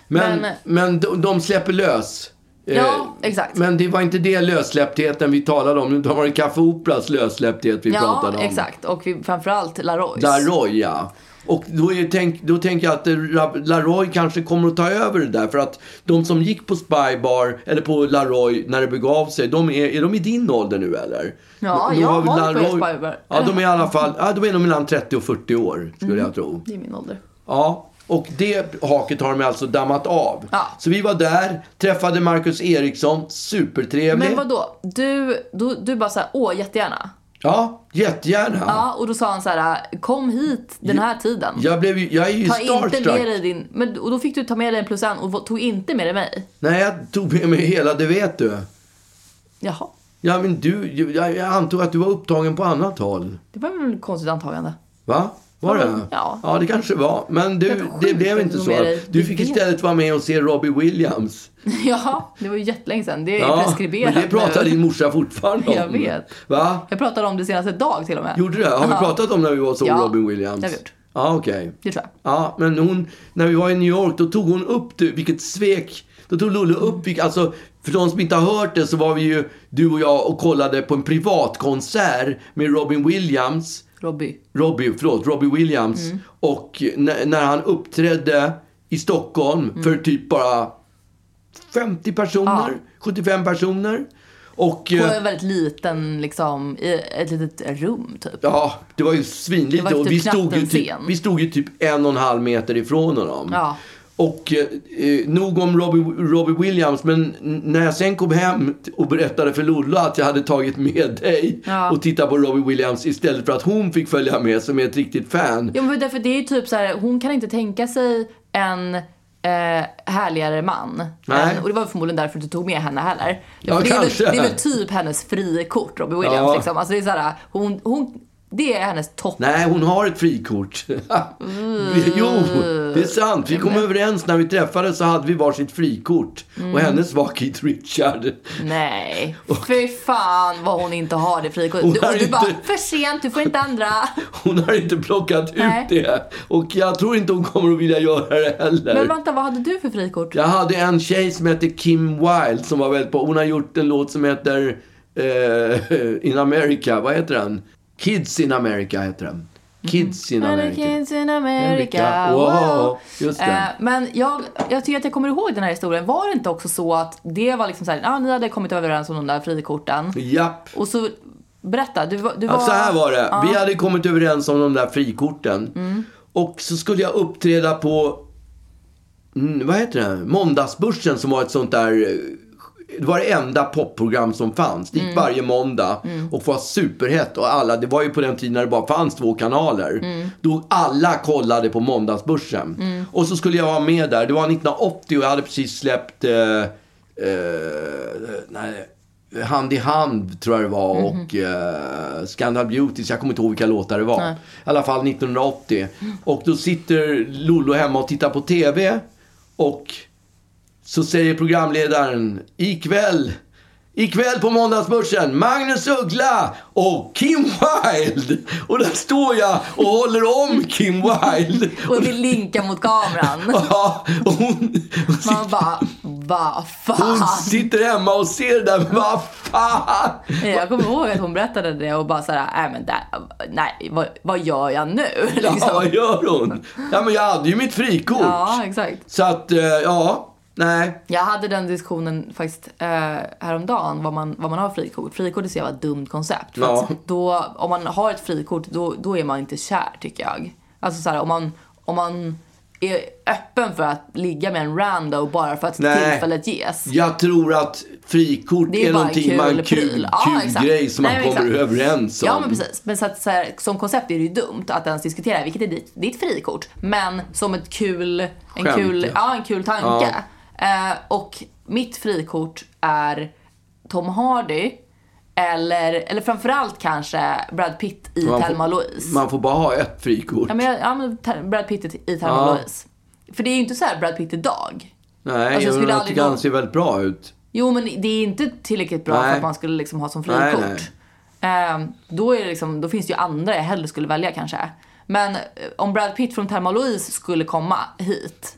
[SPEAKER 4] Men, men,
[SPEAKER 3] Men-
[SPEAKER 4] de, de släpper lös. Eh,
[SPEAKER 3] Ja, exakt.
[SPEAKER 4] Men det var inte det lössläpptheten vi talade om. Det var det Café Operas lössläppthet vi
[SPEAKER 3] Ja,
[SPEAKER 4] pratade om.
[SPEAKER 3] exakt. Och vi, framförallt Laroys.
[SPEAKER 4] Laroy, ja. Och då, är, tänk, då tänker jag att eh, Ra- Laroy kanske kommer att ta över det där. För att de som gick på Spy Bar, eller på Laroy, när det begav sig, de är, är de i din ålder nu eller?
[SPEAKER 3] Ja,
[SPEAKER 4] Då
[SPEAKER 3] jag
[SPEAKER 4] väl
[SPEAKER 3] var på Spy Bar.
[SPEAKER 4] Ja, de är i alla fall, ja, de är nog mellan 30 och 40 år, skulle jag tro.
[SPEAKER 3] Det är min ålder.
[SPEAKER 4] Ja, och det haket har de alltså dammat av.
[SPEAKER 3] Ja.
[SPEAKER 4] Så vi var där, träffade Marcus Eriksson, supertrevlig.
[SPEAKER 3] Men vad då? Du, du, du bara såhär, åh jättegärna.
[SPEAKER 4] Ja, jättegärna.
[SPEAKER 3] Ja, och då sa han så här: kom hit den här tiden.
[SPEAKER 4] Jag, blev, ju- jag är ju
[SPEAKER 3] Ta
[SPEAKER 4] starstruck.
[SPEAKER 3] inte med dig din... Men, och då fick du ta med dig en plus en och tog inte med dig mig.
[SPEAKER 4] Nej, jag tog med mig hela, det vet du.
[SPEAKER 3] Jaha.
[SPEAKER 4] Ja, men du, jag, jag antog att du var upptagen på annat håll.
[SPEAKER 3] Det var väl ett konstigt antagande.
[SPEAKER 4] Va? Var
[SPEAKER 3] Ja,
[SPEAKER 4] det?
[SPEAKER 3] ja.
[SPEAKER 4] ja, det kanske var. Men
[SPEAKER 3] Helt
[SPEAKER 4] du,
[SPEAKER 3] sjukt
[SPEAKER 4] det blev
[SPEAKER 3] att du
[SPEAKER 4] inte
[SPEAKER 3] var
[SPEAKER 4] så.
[SPEAKER 3] med dig.
[SPEAKER 4] Du
[SPEAKER 3] Det
[SPEAKER 4] fick
[SPEAKER 3] vet
[SPEAKER 4] istället vara med och se Robbie Williams.
[SPEAKER 3] Ja, det var ju jättelänge sedan. Det är
[SPEAKER 4] Ja,
[SPEAKER 3] preskriberat
[SPEAKER 4] men det pratar
[SPEAKER 3] nu.
[SPEAKER 4] din morsa fortfarande om.
[SPEAKER 3] Jag vet.
[SPEAKER 4] Va?
[SPEAKER 3] Jag pratade om det senast ett dag till och med.
[SPEAKER 4] Gjorde du det? Har vi
[SPEAKER 3] Ja.
[SPEAKER 4] pratat om när vi var så
[SPEAKER 3] Ja,
[SPEAKER 4] Robin Williams?
[SPEAKER 3] det har vi gjort.
[SPEAKER 4] Ja, okej.
[SPEAKER 3] Det tror jag.
[SPEAKER 4] Ja, men hon, när vi var i New York, då tog hon upp det, vilket svek. Då tog Lulu upp, vilket- alltså för de som inte har hört det så var vi ju, du och jag, och kollade på en privatkonsert med Robin Williams.
[SPEAKER 3] Robbie.
[SPEAKER 4] Robbie, förlåt, Robbie Williams.
[SPEAKER 3] Mm.
[SPEAKER 4] Och när, när han uppträdde i Stockholm
[SPEAKER 3] Mm.
[SPEAKER 4] för typ bara 50 personer,
[SPEAKER 3] Ja.
[SPEAKER 4] 75 personer. Och,
[SPEAKER 3] På
[SPEAKER 4] eh,
[SPEAKER 3] en väldigt liten, liksom, i ett litet rum typ.
[SPEAKER 4] Ja, det var ju svinligt.
[SPEAKER 3] Det var ju
[SPEAKER 4] och
[SPEAKER 3] typ
[SPEAKER 4] vi,
[SPEAKER 3] knappt
[SPEAKER 4] stod ju
[SPEAKER 3] en
[SPEAKER 4] typ,
[SPEAKER 3] scen.
[SPEAKER 4] vi stod ju typ en och en halv meter ifrån honom.
[SPEAKER 3] Ja.
[SPEAKER 4] Och eh, eh, nog om Robbie, Robbie Williams, men n- när jag sen kom hem t- och berättade för Lolla att jag hade tagit med dig
[SPEAKER 3] Ja.
[SPEAKER 4] och tittat på Robbie Williams istället för att hon fick följa med som är ett riktigt fan.
[SPEAKER 3] Ja, men därför det är ju typ så här, hon kan inte tänka sig en eh, härligare man.
[SPEAKER 4] Nej.
[SPEAKER 3] Än, och det var förmodligen därför du tog med henne heller.
[SPEAKER 4] Ja,
[SPEAKER 3] det, är väl,
[SPEAKER 4] kanske.
[SPEAKER 3] det är väl typ hennes frikort, Robbie Williams.
[SPEAKER 4] Ja.
[SPEAKER 3] Liksom. Alltså, det är så här, hon, hon, det är hennes topp.
[SPEAKER 4] Nej, hon har ett frikort.
[SPEAKER 3] Mm.
[SPEAKER 4] jo, det är sant. Vi kom överens när vi träffades så hade vi varsitt frikort.
[SPEAKER 3] Mm.
[SPEAKER 4] Och hennes var Keith Richard.
[SPEAKER 3] Nej, fy fan vad hon inte har det frikortet.
[SPEAKER 4] Hon
[SPEAKER 3] Du,
[SPEAKER 4] har
[SPEAKER 3] och du bara,
[SPEAKER 4] inte-
[SPEAKER 3] för sent, du får inte ändra.
[SPEAKER 4] Hon har inte plockat
[SPEAKER 3] Nej.
[SPEAKER 4] ut det. Och jag tror inte hon kommer att vilja göra det heller.
[SPEAKER 3] Men vänta, vad hade du för frikort?
[SPEAKER 4] Jag hade en tjej som hette Kim Wilde som var väldigt på. Hon har gjort en låt som heter eh, In America. Vad heter den? Kids in America heter den. Kids in
[SPEAKER 3] America.
[SPEAKER 4] America.
[SPEAKER 3] Kids in America.
[SPEAKER 4] America.
[SPEAKER 3] Wow.
[SPEAKER 4] Wow. Just det.
[SPEAKER 3] Eh, men jag, jag tycker att jag kommer ihåg den här historien. Var det inte också så att det var liksom så här, ah, ni hade kommit överens om de där frikorten.
[SPEAKER 4] Japp.
[SPEAKER 3] Och så, berätta, du, var- du var...
[SPEAKER 4] Ja, så här var det.
[SPEAKER 3] Ja. Mm.
[SPEAKER 4] Vi hade kommit överens om de där frikorten. Och så skulle jag uppträda på, mm, vad heter det, Måndagsbörsen som var ett sånt där eh, det var det enda popprogram som fanns. Det gick varje måndag och var superhett. Och alla, det var ju på den tiden när det bara fanns två kanaler. Då alla kollade på Måndagsbörsen. Och så skulle jag vara med där. Det var 1980 och jag hade precis släppt eh, eh, nej, Hand i hand tror jag det var och eh, Scandal Beauties. Jag kommer inte ihåg vilka låtar det var. I alla fall 1980. Och då sitter Lollo hemma och tittar på TV. Och så säger programledaren ikväll, ikväll på Måndagsbörsen, Magnus Uggla och Kim Wilde. Och där står jag och håller om Kim Wilde.
[SPEAKER 3] Och vi linkar mot kameran.
[SPEAKER 4] Ja, och hon, hon,
[SPEAKER 3] Man
[SPEAKER 4] sitter,
[SPEAKER 3] bara, vad
[SPEAKER 4] hon
[SPEAKER 3] fan.
[SPEAKER 4] sitter hemma och ser det där, men vad fan.
[SPEAKER 3] Jag kommer ihåg att hon berättade det och bara såhär, nej men där, nej, vad, vad gör jag nu?
[SPEAKER 4] Ja,
[SPEAKER 3] Liksom.
[SPEAKER 4] vad gör hon? Ja, men jag hade ju mitt frikort.
[SPEAKER 3] ja, exakt.
[SPEAKER 4] Så att, eh, ja, nej.
[SPEAKER 3] Jag hade den diskussionen faktiskt eh, häromdagen, vad man, vad man har frikort. Frikort är så jävla dumt koncept. För
[SPEAKER 4] Ja.
[SPEAKER 3] att då, om man har ett frikort, då, då är man inte kär tycker jag. Alltså så här, om man, om man är öppen för att ligga med en rando bara för att
[SPEAKER 4] Nej.
[SPEAKER 3] tillfället ges.
[SPEAKER 4] Jag tror att frikort
[SPEAKER 3] Det är
[SPEAKER 4] är,
[SPEAKER 3] bara
[SPEAKER 4] någonting
[SPEAKER 3] kul
[SPEAKER 4] man kul, kul,
[SPEAKER 3] pryl. Ja, exakt.
[SPEAKER 4] grej som
[SPEAKER 3] Nej,
[SPEAKER 4] man
[SPEAKER 3] men
[SPEAKER 4] kommer
[SPEAKER 3] exakt.
[SPEAKER 4] överens om.
[SPEAKER 3] Ja men precis. Men så att, så här, som koncept är det ju dumt att ens diskutera vilket är ditt, ditt frikort. Men som ett kul, en
[SPEAKER 4] Skämt,
[SPEAKER 3] kul,
[SPEAKER 4] ja.
[SPEAKER 3] ja. en kul tanke. Eh, och mitt frikort är Tom Hardy. Eller, eller framförallt kanske Brad Pitt i
[SPEAKER 4] Man får-
[SPEAKER 3] Thelma och Louise.
[SPEAKER 4] Man får bara ha ett frikort.
[SPEAKER 3] Ja men, jag- ja, men Th- Brad Pitt i Thelma
[SPEAKER 4] Ja.
[SPEAKER 3] och Louise. För det är ju inte så här Brad Pitt idag.
[SPEAKER 4] Nej,
[SPEAKER 3] alltså, jag
[SPEAKER 4] jag,
[SPEAKER 3] skulle
[SPEAKER 4] jag
[SPEAKER 3] aldrig
[SPEAKER 4] tycker
[SPEAKER 3] gå-
[SPEAKER 4] han ser väldigt bra ut.
[SPEAKER 3] Jo, men det är inte tillräckligt bra
[SPEAKER 4] Nej.
[SPEAKER 3] för att man skulle liksom ha som
[SPEAKER 4] Nej,
[SPEAKER 3] frikort. Ehm, då, är det liksom, då finns det ju andra jag hellre skulle välja kanske. Men eh, om Brad Pitt från Thelma och Louise skulle komma hit,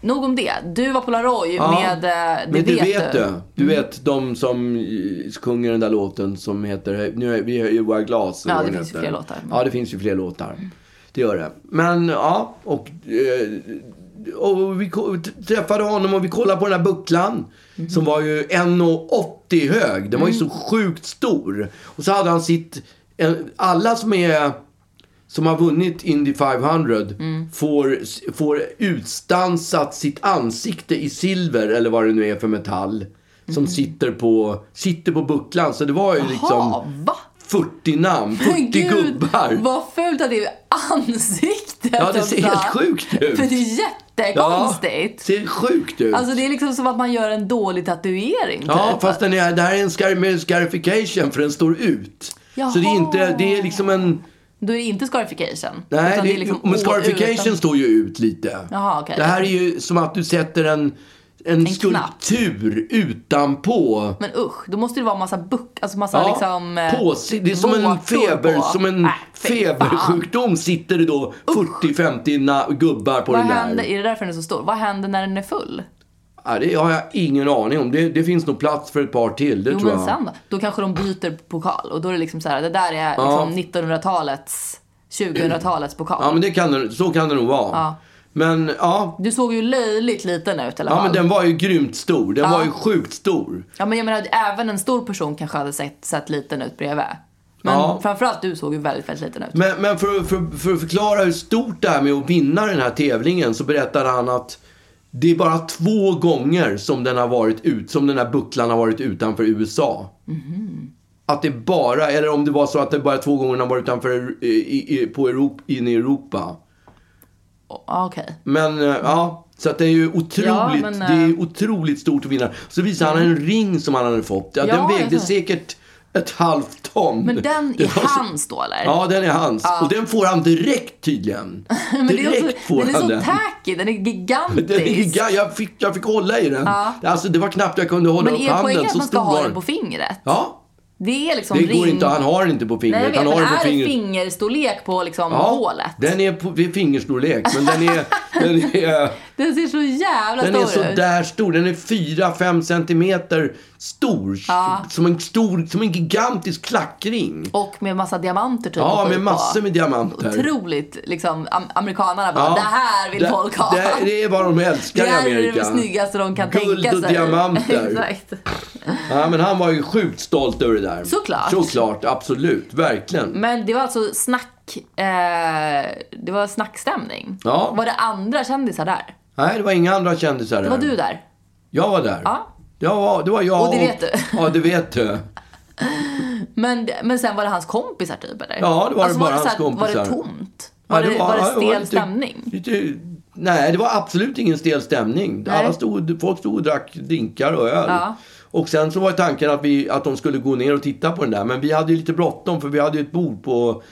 [SPEAKER 3] Nog om det. Du var på Laroy
[SPEAKER 4] Ja,
[SPEAKER 3] med eh, Det
[SPEAKER 4] Men du
[SPEAKER 3] vet, Mm.
[SPEAKER 4] vet det. Du vet de som eh, sjunger den där låten som heter nu, är- Vi höjer våra glas. eller
[SPEAKER 3] Ja,
[SPEAKER 4] vad
[SPEAKER 3] det
[SPEAKER 4] den
[SPEAKER 3] finns ju
[SPEAKER 4] heter.
[SPEAKER 3] fler låtar. Mm.
[SPEAKER 4] Ja, det finns ju fler låtar. Det gör det. Men ja, och, eh, och vi ko- t- träffade honom och vi kollade på den här bucklan.
[SPEAKER 3] Mm.
[SPEAKER 4] Som var ju 1,80 hög. Den var ju så sjukt stor. Och så hade han sitt... en- Alla som är som har vunnit Indy 500
[SPEAKER 3] Mm.
[SPEAKER 4] får, får utstansat sitt ansikte i silver eller vad det nu är för metall. Som
[SPEAKER 3] Mm.
[SPEAKER 4] sitter, på, sitter på bucklan. Så det var ju
[SPEAKER 3] Jaha,
[SPEAKER 4] liksom
[SPEAKER 3] va?
[SPEAKER 4] 40 namn, 40
[SPEAKER 3] Men gud,
[SPEAKER 4] gubbar.
[SPEAKER 3] vad fult att det är ansiktet
[SPEAKER 4] Ja, det ser
[SPEAKER 3] också.
[SPEAKER 4] helt sjukt ut.
[SPEAKER 3] För det är
[SPEAKER 4] Ja,
[SPEAKER 3] jättekonstigt.
[SPEAKER 4] ser sjukt ut.
[SPEAKER 3] Alltså det är liksom som att man gör en dålig tatuering.
[SPEAKER 4] Ja,
[SPEAKER 3] typ.
[SPEAKER 4] fast den är, det här är en scar- med scarification för den står ut. Så det är inte, det är liksom en...
[SPEAKER 3] Då är det inte scarification.
[SPEAKER 4] Nej,
[SPEAKER 3] utan liksom
[SPEAKER 4] det, men scarification
[SPEAKER 3] utan-
[SPEAKER 4] står ju ut lite.
[SPEAKER 3] Jaha, okej.
[SPEAKER 4] Det här är ju som att du sätter en, en, skulptur utanpå.
[SPEAKER 3] Men usch, då måste det vara massa buck, alltså massa
[SPEAKER 4] Ja,
[SPEAKER 3] liksom... eh,
[SPEAKER 4] påse- det är som en
[SPEAKER 3] våtor
[SPEAKER 4] feber,
[SPEAKER 3] på.
[SPEAKER 4] som en
[SPEAKER 3] Äh, fy fan.
[SPEAKER 4] febersjukdom sitter det då 40-50 na- gubbar på
[SPEAKER 3] Vad
[SPEAKER 4] den där.
[SPEAKER 3] händer, är det därför den är så stor? Vad händer när den är full?
[SPEAKER 4] Ja, det har jag ingen aning om. Det, det finns nog plats för ett par till, det
[SPEAKER 3] Jo
[SPEAKER 4] tror
[SPEAKER 3] men
[SPEAKER 4] jag.
[SPEAKER 3] sen då? Då kanske de byter pokal och då är det liksom så här, det där är
[SPEAKER 4] Ja.
[SPEAKER 3] liksom 1900-talets, 2000-talets pokal.
[SPEAKER 4] Ja, men det kan, det- så kan det nog vara. Men ja,
[SPEAKER 3] Du såg ju löjligt liten ut i alla
[SPEAKER 4] ja,
[SPEAKER 3] fall.
[SPEAKER 4] men den var ju grymt stor. Den var ju sjukt stor.
[SPEAKER 3] Ja men jag menar även en stor person kanske hade sett, sett liten ut bredvid. Men
[SPEAKER 4] Ja.
[SPEAKER 3] framförallt du såg ju väldigt, väldigt liten ut.
[SPEAKER 4] Men, men för, för, för att förklara hur stort det är med att vinna den här tävlingen så berättade han att det är bara två gånger som den har varit ut, som den här bucklan har varit utanför USA.
[SPEAKER 3] Mhm.
[SPEAKER 4] Att det bara, eller om det var så att det bara två gånger den har varit utanför eh, i, i, på Europa, in i Europa.
[SPEAKER 3] Ja, ah, Okej.
[SPEAKER 4] Men eh, ja, så att det är ju otroligt,
[SPEAKER 3] Ja, men, eh,
[SPEAKER 4] det är ju otroligt stort att vinna. Så visade han en ring som han hade fått. Ja,
[SPEAKER 3] Ja,
[SPEAKER 4] den vägde
[SPEAKER 3] jag ser.
[SPEAKER 4] säkert ett halvt ton.
[SPEAKER 3] Men den
[SPEAKER 4] Det
[SPEAKER 3] är
[SPEAKER 4] var så-
[SPEAKER 3] hans då eller?
[SPEAKER 4] Ja, den är hans. Och den får han direkt tydligen.
[SPEAKER 3] men det är
[SPEAKER 4] direkt
[SPEAKER 3] också,
[SPEAKER 4] får
[SPEAKER 3] Den är
[SPEAKER 4] han
[SPEAKER 3] så
[SPEAKER 4] den.
[SPEAKER 3] tacky, den är gigantisk.
[SPEAKER 4] Den är giga- jag, fick, jag fick hålla i den. Alltså, det var knappt jag kunde hålla
[SPEAKER 3] men
[SPEAKER 4] upp
[SPEAKER 3] är poängen
[SPEAKER 4] handen.
[SPEAKER 3] att
[SPEAKER 4] Så
[SPEAKER 3] man ska
[SPEAKER 4] stor
[SPEAKER 3] ha
[SPEAKER 4] var
[SPEAKER 3] den
[SPEAKER 4] den.
[SPEAKER 3] på fingret?
[SPEAKER 4] Ja,
[SPEAKER 3] Det är liksom
[SPEAKER 4] det
[SPEAKER 3] ring...
[SPEAKER 4] går inte. Han har den inte på fingret.
[SPEAKER 3] Nej, jag vet,
[SPEAKER 4] han har
[SPEAKER 3] men
[SPEAKER 4] den på
[SPEAKER 3] är
[SPEAKER 4] fingret.
[SPEAKER 3] det fingerstorlek på liksom
[SPEAKER 4] Ja,
[SPEAKER 3] hålet?
[SPEAKER 4] Den är på vid fingerstorlek. Men den är, den är,
[SPEAKER 3] Den ser så jävla
[SPEAKER 4] den
[SPEAKER 3] stor
[SPEAKER 4] är så
[SPEAKER 3] ut.
[SPEAKER 4] där stor. Den är 4-5 centimeter stor. Som, en stor. som en gigantisk klackring.
[SPEAKER 3] Och med massa diamanter typ
[SPEAKER 4] Ja,
[SPEAKER 3] och skit
[SPEAKER 4] med massor
[SPEAKER 3] på.
[SPEAKER 4] med diamanter.
[SPEAKER 3] Otroligt liksom, am- amerikanarna bara,
[SPEAKER 4] Ja.
[SPEAKER 3] det här vill
[SPEAKER 4] Det-
[SPEAKER 3] folk ha.
[SPEAKER 4] Det, det är vad de älskar
[SPEAKER 3] Det
[SPEAKER 4] i
[SPEAKER 3] här
[SPEAKER 4] Amerika.
[SPEAKER 3] är det snyggaste de kan
[SPEAKER 4] Guld
[SPEAKER 3] tänka sig.
[SPEAKER 4] och diamanter.
[SPEAKER 3] Exakt.
[SPEAKER 4] Ja, men han var ju sjukt stolt över det där.
[SPEAKER 3] Såklart.
[SPEAKER 4] Såklart, absolut. Verkligen.
[SPEAKER 3] Men det var alltså snack... Eh, det var snackstämning.
[SPEAKER 4] Ja.
[SPEAKER 3] Var det andra kändisar där?
[SPEAKER 4] Nej, det var inga andra kändisar där.
[SPEAKER 3] Var du där?
[SPEAKER 4] Jag var där.
[SPEAKER 3] Ja.
[SPEAKER 4] Det var, det var jag
[SPEAKER 3] Och det vet du.
[SPEAKER 4] Ja, det vet du.
[SPEAKER 3] Men, men sen var det hans kompisar typ eller?
[SPEAKER 4] Ja, det var det bara
[SPEAKER 3] så
[SPEAKER 4] hans
[SPEAKER 3] här- Var
[SPEAKER 4] kompisar.
[SPEAKER 3] det tomt?
[SPEAKER 4] Ja, typ-
[SPEAKER 3] Var, det, var, det
[SPEAKER 4] ja,
[SPEAKER 3] stel
[SPEAKER 4] lite-
[SPEAKER 3] stämning?
[SPEAKER 4] Lite Nej, det var absolut ingen stel stämning.
[SPEAKER 3] Nej.
[SPEAKER 4] Alla stod, folk stod och drack drinkar och öl.
[SPEAKER 3] Ja.
[SPEAKER 4] Och sen så var tanken att, vi, att de skulle gå ner och titta på den där. Men vi hade ju lite bråttom för vi hade ju ett bord på,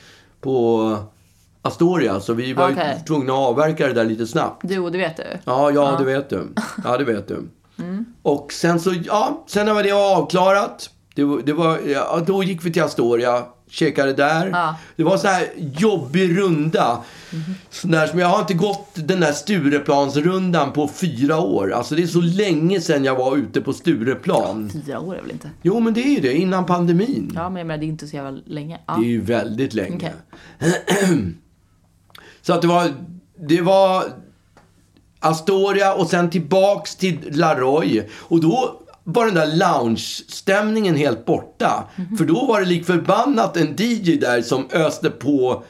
[SPEAKER 4] på Astoria. Så vi var ju
[SPEAKER 3] Okej.
[SPEAKER 4] tvungna att avverka det där lite snabbt.
[SPEAKER 3] Du, det vet du.
[SPEAKER 4] Ja, ja, det vet du. Ja, det vet du.
[SPEAKER 3] Mm.
[SPEAKER 4] Och sen så, ja, sen när det var avklarat. Det, var- det var, ja, då gick vi till Astoria, checkade där.
[SPEAKER 3] Ja. Mm-hmm.
[SPEAKER 4] Det var så här jobbig runda. Sån där som jag har inte gått den där Stureplansrundan på fyra år. Alltså det är så länge sedan jag var ute på Stureplan.
[SPEAKER 3] Fyra år är väl inte?
[SPEAKER 4] Jo, men det är ju det, innan pandemin.
[SPEAKER 3] Ja, men jag menar, det är inte så jävla länge. Ja.
[SPEAKER 4] Det är ju väldigt länge.
[SPEAKER 3] Okej.
[SPEAKER 4] så att det var, det var Astoria och sen tillbaks till Laroy. Och då var den där lounge-stämningen helt borta.
[SPEAKER 3] Mhm.
[SPEAKER 4] För då var det lik förbannat en DJ där som öste på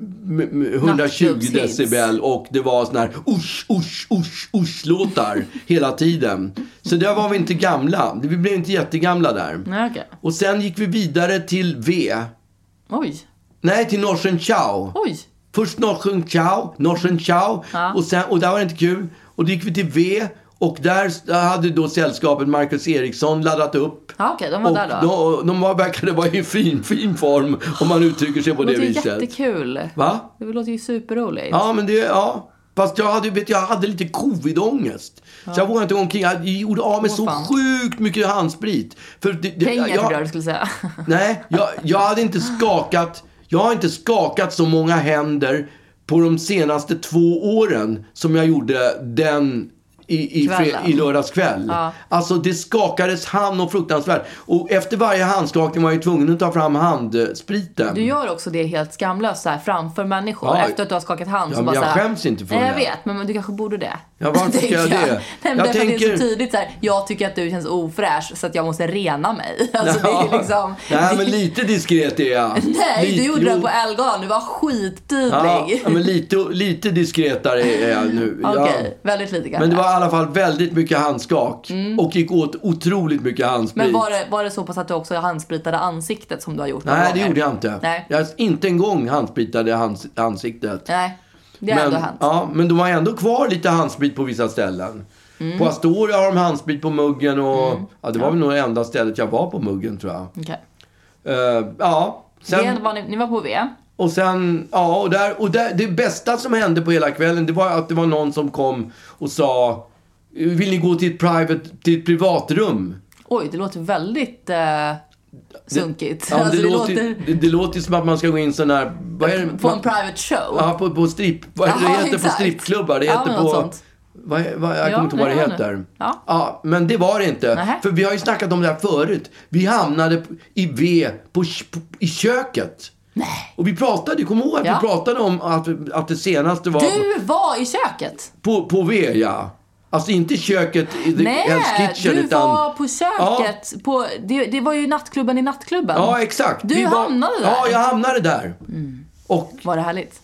[SPEAKER 4] m- m- 120
[SPEAKER 3] Nattklubbshits.
[SPEAKER 4] decibel och det var sån här usch, usch, usch, usch-låtar hela tiden. Så där var vi inte gamla. Vi blev inte jättegamla där.
[SPEAKER 3] Nej, okej.
[SPEAKER 4] Och sen gick vi vidare till V.
[SPEAKER 3] Oj,
[SPEAKER 4] Nej, till Norsen Chow.
[SPEAKER 3] oj.
[SPEAKER 4] Först Norsen Chow, Norsen Chow.
[SPEAKER 3] Ja.
[SPEAKER 4] Och, sen, och där var det inte kul. Och då gick vi till V. Och där hade då sällskapet Marcus Eriksson laddat upp.
[SPEAKER 3] Ja, okej, de var
[SPEAKER 4] och
[SPEAKER 3] där då.
[SPEAKER 4] De, de var, verkade vara i fin, fin form, om man uttrycker sig på det,
[SPEAKER 3] låter ju
[SPEAKER 4] viset.
[SPEAKER 3] jättekul.
[SPEAKER 4] Va?
[SPEAKER 3] Det låter ju superroligt.
[SPEAKER 4] Ja, men det, ja. Fast jag hade, vet, jag hade lite covidångest. Så jag vågade inte gå omkring. Jag gjorde av med
[SPEAKER 3] Åh,
[SPEAKER 4] så
[SPEAKER 3] fan.
[SPEAKER 4] sjukt mycket handsprit. För det, det,
[SPEAKER 3] Pengar
[SPEAKER 4] jag-
[SPEAKER 3] tror jag du skulle säga.
[SPEAKER 4] Nej, jag, jag hade inte skakat. Jag har inte skakat så många händer på de senaste två åren som jag gjorde den i, i, fre,
[SPEAKER 3] Kvällen.
[SPEAKER 4] i lördags kväll.
[SPEAKER 3] Ja.
[SPEAKER 4] Alltså det skakades hand och fruktansvärt. Och efter varje handskakning var jag ju tvungen att ta fram handspriten.
[SPEAKER 3] Du gör också det helt skamlöst så här framför människor
[SPEAKER 4] Mm. Ja.
[SPEAKER 3] efter att du har skakat hand.
[SPEAKER 4] Ja,
[SPEAKER 3] så
[SPEAKER 4] men
[SPEAKER 3] bara
[SPEAKER 4] jag
[SPEAKER 3] så här,
[SPEAKER 4] skäms inte för
[SPEAKER 3] Nej, jag
[SPEAKER 4] det.
[SPEAKER 3] vet, men, men du kanske borde det.
[SPEAKER 4] Ja, varför ska jag
[SPEAKER 3] Tänker
[SPEAKER 4] det?
[SPEAKER 3] Nej, men
[SPEAKER 4] Jag
[SPEAKER 3] därför att det är
[SPEAKER 4] tänker-
[SPEAKER 3] så tydligt så här, jag tycker att du känns ofräsch så att jag måste rena mig. Alltså det är ju liksom...
[SPEAKER 4] Nej, men
[SPEAKER 3] det-
[SPEAKER 4] lite diskret är jag.
[SPEAKER 3] Nej,
[SPEAKER 4] lite,
[SPEAKER 3] du gjorde
[SPEAKER 4] jo.
[SPEAKER 3] det på Elgan. Du var skittydlig.
[SPEAKER 4] Ja, ja, men lite, lite diskretare är jag nu.
[SPEAKER 3] Okej,
[SPEAKER 4] Ja.
[SPEAKER 3] väldigt lite kanske.
[SPEAKER 4] Men det var i alla fall väldigt mycket handskak. Och gick åt otroligt mycket handsprit.
[SPEAKER 3] Mm. Men var, det, var det så pass att du också handspritade ansiktet som du har gjort några
[SPEAKER 4] Nej, det
[SPEAKER 3] gånger?
[SPEAKER 4] gjorde jag inte.
[SPEAKER 3] Nej.
[SPEAKER 4] Jag inte en gång handspritade hans, ansiktet.
[SPEAKER 3] Nej, det har
[SPEAKER 4] men,
[SPEAKER 3] ändå hänt.
[SPEAKER 4] Ja, men de har ändå kvar lite handsprit på vissa ställen.
[SPEAKER 3] Mm.
[SPEAKER 4] På Astoria har de handsprit på muggen och... Ja, det var väl nog det enda stället jag var på muggen, tror jag.
[SPEAKER 3] Okej.
[SPEAKER 4] Eh, ja.
[SPEAKER 3] Det
[SPEAKER 4] Sen,
[SPEAKER 3] var, ni, ni var på V.
[SPEAKER 4] och sen, ja, och, där, och där, det bästa som hände på hela kvällen, det var att det var någon som kom och sa Vill ni gå till ett, private, till ett privatrum?
[SPEAKER 3] Oj, det låter väldigt eh, sunkigt.
[SPEAKER 4] Ja,
[SPEAKER 3] alltså,
[SPEAKER 4] det, låter, det, det låter ju som att man ska gå in sån här... Vad är det?
[SPEAKER 3] På en
[SPEAKER 4] Ma-
[SPEAKER 3] private show.
[SPEAKER 4] Ja, på, på stripp... Vad
[SPEAKER 3] Ja,
[SPEAKER 4] det heter på
[SPEAKER 3] exakt.
[SPEAKER 4] strippklubbar? Det
[SPEAKER 3] Ja,
[SPEAKER 4] heter
[SPEAKER 3] men
[SPEAKER 4] på...
[SPEAKER 3] något sånt.
[SPEAKER 4] Vad, vad, jag
[SPEAKER 3] Ja,
[SPEAKER 4] kommer inte ihåg vad det
[SPEAKER 3] nej, nej.
[SPEAKER 4] heter.
[SPEAKER 3] Ja.
[SPEAKER 4] men det var det inte.
[SPEAKER 3] Nähä.
[SPEAKER 4] För vi har ju snackat om det här förut. Vi hamnade p- i V på, k- på, i köket. Och vi pratade, kom ihåg att
[SPEAKER 3] Ja.
[SPEAKER 4] vi pratade om att, att det senaste var
[SPEAKER 3] Du var i köket!
[SPEAKER 4] på, på V, ja. Alltså inte köket i the Hell's
[SPEAKER 3] Nej,
[SPEAKER 4] Kitchen,
[SPEAKER 3] du
[SPEAKER 4] utan...
[SPEAKER 3] var på köket. På, det, det var ju nattklubben i nattklubben.
[SPEAKER 4] Ja, exakt.
[SPEAKER 3] Du
[SPEAKER 4] var-
[SPEAKER 3] hamnade där. Mm.
[SPEAKER 4] Ja, jag hamnade där. Och
[SPEAKER 3] Var det härligt?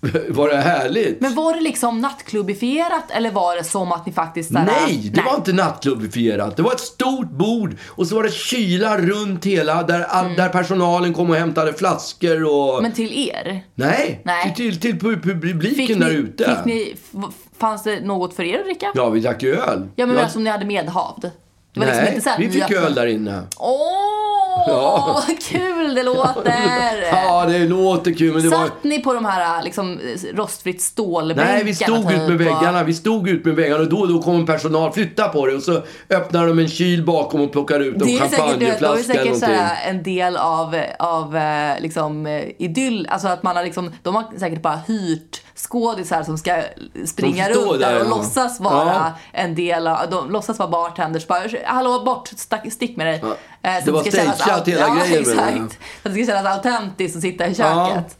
[SPEAKER 4] var det härligt?
[SPEAKER 3] Men var det liksom nattklubifierat eller var det som att ni faktiskt... Där,
[SPEAKER 4] Nej, det var inte nattklubbifierat. Det var ett stort bord och så var det kylar runt hela där, all- där personalen kom och hämtade flaskor och...
[SPEAKER 3] Mm. Men till er?
[SPEAKER 4] Nej,
[SPEAKER 3] Nej.
[SPEAKER 4] till, till pu- pu- publiken där ute.
[SPEAKER 3] fick ni, f- fanns det något för er att dricka?
[SPEAKER 4] Ja, vi drack ju öl.
[SPEAKER 3] Ja men
[SPEAKER 4] Jag-
[SPEAKER 3] alltså om ni hade medhavd. Det var
[SPEAKER 4] Nej,
[SPEAKER 3] liksom inte så här att
[SPEAKER 4] vi
[SPEAKER 3] ni
[SPEAKER 4] fick
[SPEAKER 3] öppnade-
[SPEAKER 4] öl där inne.
[SPEAKER 3] Åh,
[SPEAKER 4] Ja.
[SPEAKER 3] vad kul det låter!
[SPEAKER 4] Ja, det låter kul men det var...
[SPEAKER 3] Satt ni på de här liksom, rostfritt stålbänkarna
[SPEAKER 4] Nej, vi stod ut med
[SPEAKER 3] typ, och-
[SPEAKER 4] väggarna. Vi stod ut med väggarna och då och då kom en personal flytta på det och så öppnar de en kyl bakom och plockar ut en
[SPEAKER 3] Det är säkert, det var ju
[SPEAKER 4] champagneflaska eller
[SPEAKER 3] säkert
[SPEAKER 4] någonting.
[SPEAKER 3] såhär, en del av, av eh, liksom, eh, idyll. Alltså att man har liksom, de har säkert bara hyrt skådisar som ska eh, springa
[SPEAKER 4] Som står
[SPEAKER 3] runt där,
[SPEAKER 4] där,
[SPEAKER 3] och
[SPEAKER 4] ja.
[SPEAKER 3] låtsas vara
[SPEAKER 4] Ja.
[SPEAKER 3] en del av, de låtsas vara bartenders. Bara, hallå bort, stack, stick med dig.
[SPEAKER 4] Ja.
[SPEAKER 3] Eh, så
[SPEAKER 4] Det var
[SPEAKER 3] ska kännas
[SPEAKER 4] stageat
[SPEAKER 3] au-
[SPEAKER 4] hela
[SPEAKER 3] ja,
[SPEAKER 4] grejen, menar jag.
[SPEAKER 3] Exakt. Så att det ska kännas autentiskt att sitta i
[SPEAKER 4] Ja.
[SPEAKER 3] köket.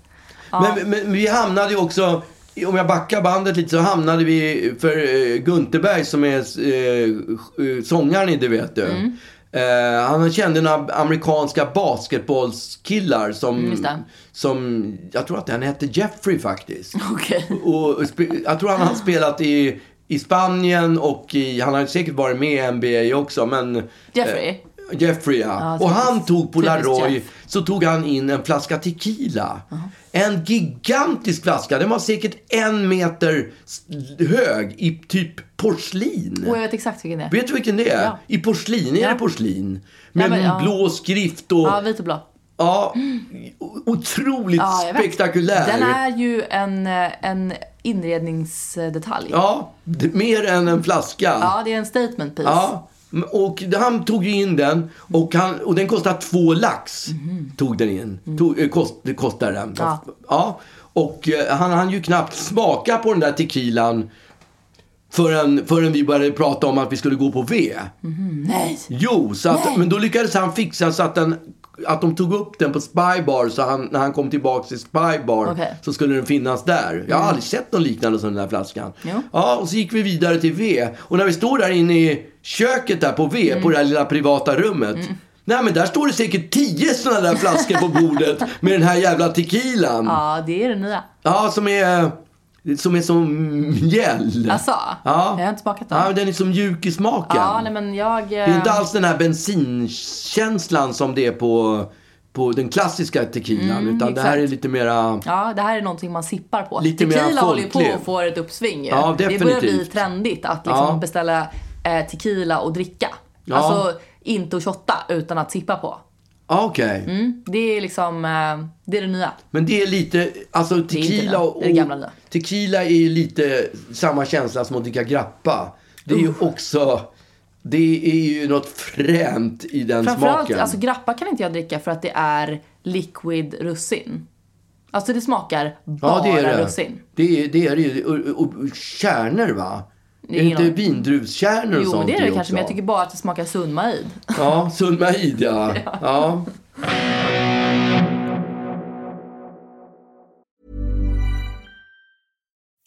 [SPEAKER 4] Men, men vi hamnade ju också, om jag backar bandet lite, så hamnade vi för eh, Gunterberg som är eh, sångaren i Det vet du.
[SPEAKER 3] Mm.
[SPEAKER 4] Eh, han kände några amerikanska basketbollskillar som,
[SPEAKER 3] Mm, just det.
[SPEAKER 4] som, jag tror att han hette Jeffrey faktiskt.
[SPEAKER 3] Okej.
[SPEAKER 4] Och, och spe, jag tror han har spelat i, i Spanien och i, han har säkert varit med i NBA också men eh,
[SPEAKER 3] Jeffrey?
[SPEAKER 4] Jeffrey ja.
[SPEAKER 3] Ja,
[SPEAKER 4] och
[SPEAKER 3] typiskt-
[SPEAKER 4] han tog Polaroid,
[SPEAKER 3] typiskt
[SPEAKER 4] så tog han in en flaska tequila. En gigantisk flaska, den var säkert en meter s- hög i typ porslin.
[SPEAKER 3] Och jag vet exakt vilken det är.
[SPEAKER 4] Vet du vilken det är?
[SPEAKER 3] Ja.
[SPEAKER 4] I porslin, är
[SPEAKER 3] Ja.
[SPEAKER 4] det porslin? Med
[SPEAKER 3] Ja, men, ja.
[SPEAKER 4] blå skrift och...
[SPEAKER 3] Ja, vit och blå.
[SPEAKER 4] Ja, o- otroligt
[SPEAKER 3] Ja, jag vet.
[SPEAKER 4] spektakulär.
[SPEAKER 3] Den är ju en, eh, en inredningsdetalj.
[SPEAKER 4] Ja, d- mer än en flaska.
[SPEAKER 3] Ja, det är en statement piece.
[SPEAKER 4] Ja, m- och han tog ju in den och, han, och den kostade två lax. Tog den in. Tog, eh, kost, det kostade den.
[SPEAKER 3] Mhm. Mm. Ja.
[SPEAKER 4] Ja, Och eh, han hann ju knappt smaka på den där tequilan förrän, förrän vi började prata om att vi skulle gå på V.
[SPEAKER 3] Nej!
[SPEAKER 4] Jo, så att,
[SPEAKER 3] Nej.
[SPEAKER 4] men då lyckades han fixa så att, den, att de tog upp den på Spybar. Så han, när han kom tillbaka till Spybar
[SPEAKER 3] Okej. Mm.
[SPEAKER 4] så skulle den finnas där. Jag har aldrig sett någon liknande som den där flaskan.
[SPEAKER 3] Jo.
[SPEAKER 4] Ja, och så gick vi vidare till V. Och när vi står där inne i köket där på V,
[SPEAKER 3] Mm.
[SPEAKER 4] på det här lilla privata rummet. Nej men där står det säkert tio sådana där flaskor på bordet med den här jävla tequilan. Ja,
[SPEAKER 3] Ja, det är den nya.
[SPEAKER 4] som är... Som är som mjäll.
[SPEAKER 3] Alltså,
[SPEAKER 4] Ja.
[SPEAKER 3] jag har inte smakat den.
[SPEAKER 4] Ja, men den är så mjuk i smaken.
[SPEAKER 3] Ja, nej men jag... eh,
[SPEAKER 4] Det är inte alls den här bensinkänslan som det är på, på den klassiska tequilan. utan det här är
[SPEAKER 3] Mm, exakt.
[SPEAKER 4] lite mera...
[SPEAKER 3] Ja, det här är någonting man sippar på.
[SPEAKER 4] Lite mer
[SPEAKER 3] tequila håller ju på
[SPEAKER 4] folklig.
[SPEAKER 3] att få ett uppsving ju.
[SPEAKER 4] Ja,
[SPEAKER 3] Det börjar bli
[SPEAKER 4] definitivt.
[SPEAKER 3] trendigt att liksom
[SPEAKER 4] Ja.
[SPEAKER 3] beställa eh, tequila och dricka.
[SPEAKER 4] Ja.
[SPEAKER 3] Alltså, inte att shotta utan att sippa på.
[SPEAKER 4] Ah, Okej.
[SPEAKER 3] Mm, det är liksom, eh, det är det nya.
[SPEAKER 4] Men det är lite... Alltså
[SPEAKER 3] är inte
[SPEAKER 4] tequila
[SPEAKER 3] det.
[SPEAKER 4] och...
[SPEAKER 3] Det är det gamla nu.
[SPEAKER 4] Tequila är ju lite samma känsla som att dricka grappa. Det är ju också... Det är ju något fränt i den
[SPEAKER 3] Framförallt,
[SPEAKER 4] smaken.
[SPEAKER 3] alltså grappa kan inte jag dricka för att det är liquid russin. Alltså det smakar bara russin.
[SPEAKER 4] Det är det, är det ju. Och, och, och kärnor va? Är det
[SPEAKER 3] ingen
[SPEAKER 4] inte
[SPEAKER 3] aning.
[SPEAKER 4] vindruvskärnor och
[SPEAKER 3] Jo,
[SPEAKER 4] sånt
[SPEAKER 3] det är det
[SPEAKER 4] i
[SPEAKER 3] kanske, men jag
[SPEAKER 4] också?
[SPEAKER 3] tycker bara att det smakar sunmaid.
[SPEAKER 4] Ja, Sundmaid ja. ja.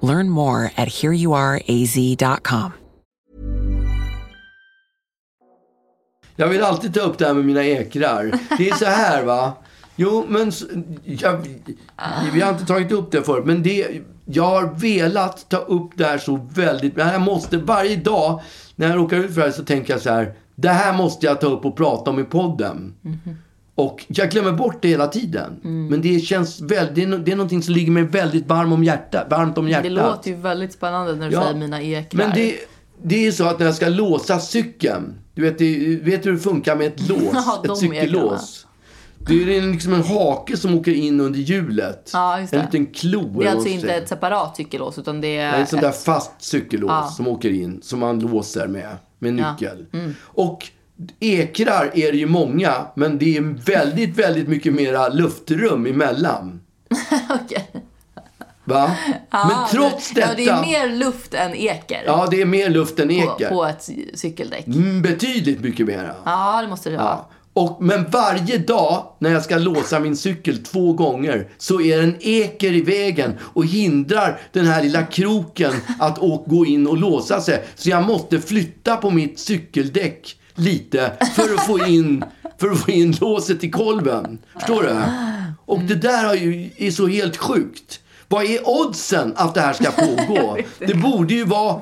[SPEAKER 6] Learn more at hereyouareaz.com.
[SPEAKER 4] Jag vill alltid ta upp det här med mina ekrar. Det är så här va. Jo, men s- jag, vi har inte tagit upp det förut. Men det, jag har velat ta upp det här så väldigt. Men jag måste varje dag när jag råkar ut för det här så tänker jag så här. Det här måste jag ta upp och prata om i podden.
[SPEAKER 3] Mhm.
[SPEAKER 4] Och jag glömmer bort det hela tiden.
[SPEAKER 3] Mm.
[SPEAKER 4] Men det känns väldigt, det är, no- det är någonting som ligger mig väldigt varm om hjärta, varmt om hjärtat.
[SPEAKER 3] Det låter ju väldigt spännande när du säger mina ekrar.
[SPEAKER 4] Men det, det är så att när jag ska låsa cykeln. Du vet, det, vet du hur det funkar med ett lås?
[SPEAKER 3] Ja, de
[SPEAKER 4] ett cykelås. Det är en- liksom en hake som åker in under hjulet.
[SPEAKER 3] Ja, just det.
[SPEAKER 4] En liten klo. eller
[SPEAKER 3] Det
[SPEAKER 4] vad
[SPEAKER 3] är alltså
[SPEAKER 4] man
[SPEAKER 3] inte
[SPEAKER 4] säger.
[SPEAKER 3] ett separat cykelås utan det
[SPEAKER 4] Nej,
[SPEAKER 3] är...
[SPEAKER 4] ett sånt där
[SPEAKER 3] ett-
[SPEAKER 4] fast cykellås
[SPEAKER 3] Ja.
[SPEAKER 4] som åker in, som man låser med, med
[SPEAKER 3] Ja. Mm.
[SPEAKER 4] nyckel. Och ekrar är det ju många, men det är väldigt, väldigt mycket mera luftrum emellan.
[SPEAKER 3] Okej.
[SPEAKER 4] Va?
[SPEAKER 3] Ja,
[SPEAKER 4] men trots
[SPEAKER 3] det-
[SPEAKER 4] detta.
[SPEAKER 3] Ja, det är mer luft än eker.
[SPEAKER 4] ja, det är mer luft än
[SPEAKER 3] på,
[SPEAKER 4] eker.
[SPEAKER 3] på ett cy- cykeldäck.
[SPEAKER 4] Mm, Betydligt mycket mera.
[SPEAKER 3] Ja, det måste det vara.
[SPEAKER 4] Ja. Och, men varje dag när jag ska låsa min cykel två gånger så är en eker i vägen och hindrar den här lilla kroken att å- gå in och låsa sig. Så jag måste flytta på mitt cykeldäck lite för att få in, för att få in låset i kolven. Förstår du? Och det där har ju, är så helt sjukt. Vad är oddsen att det här ska pågå? Det borde ju vara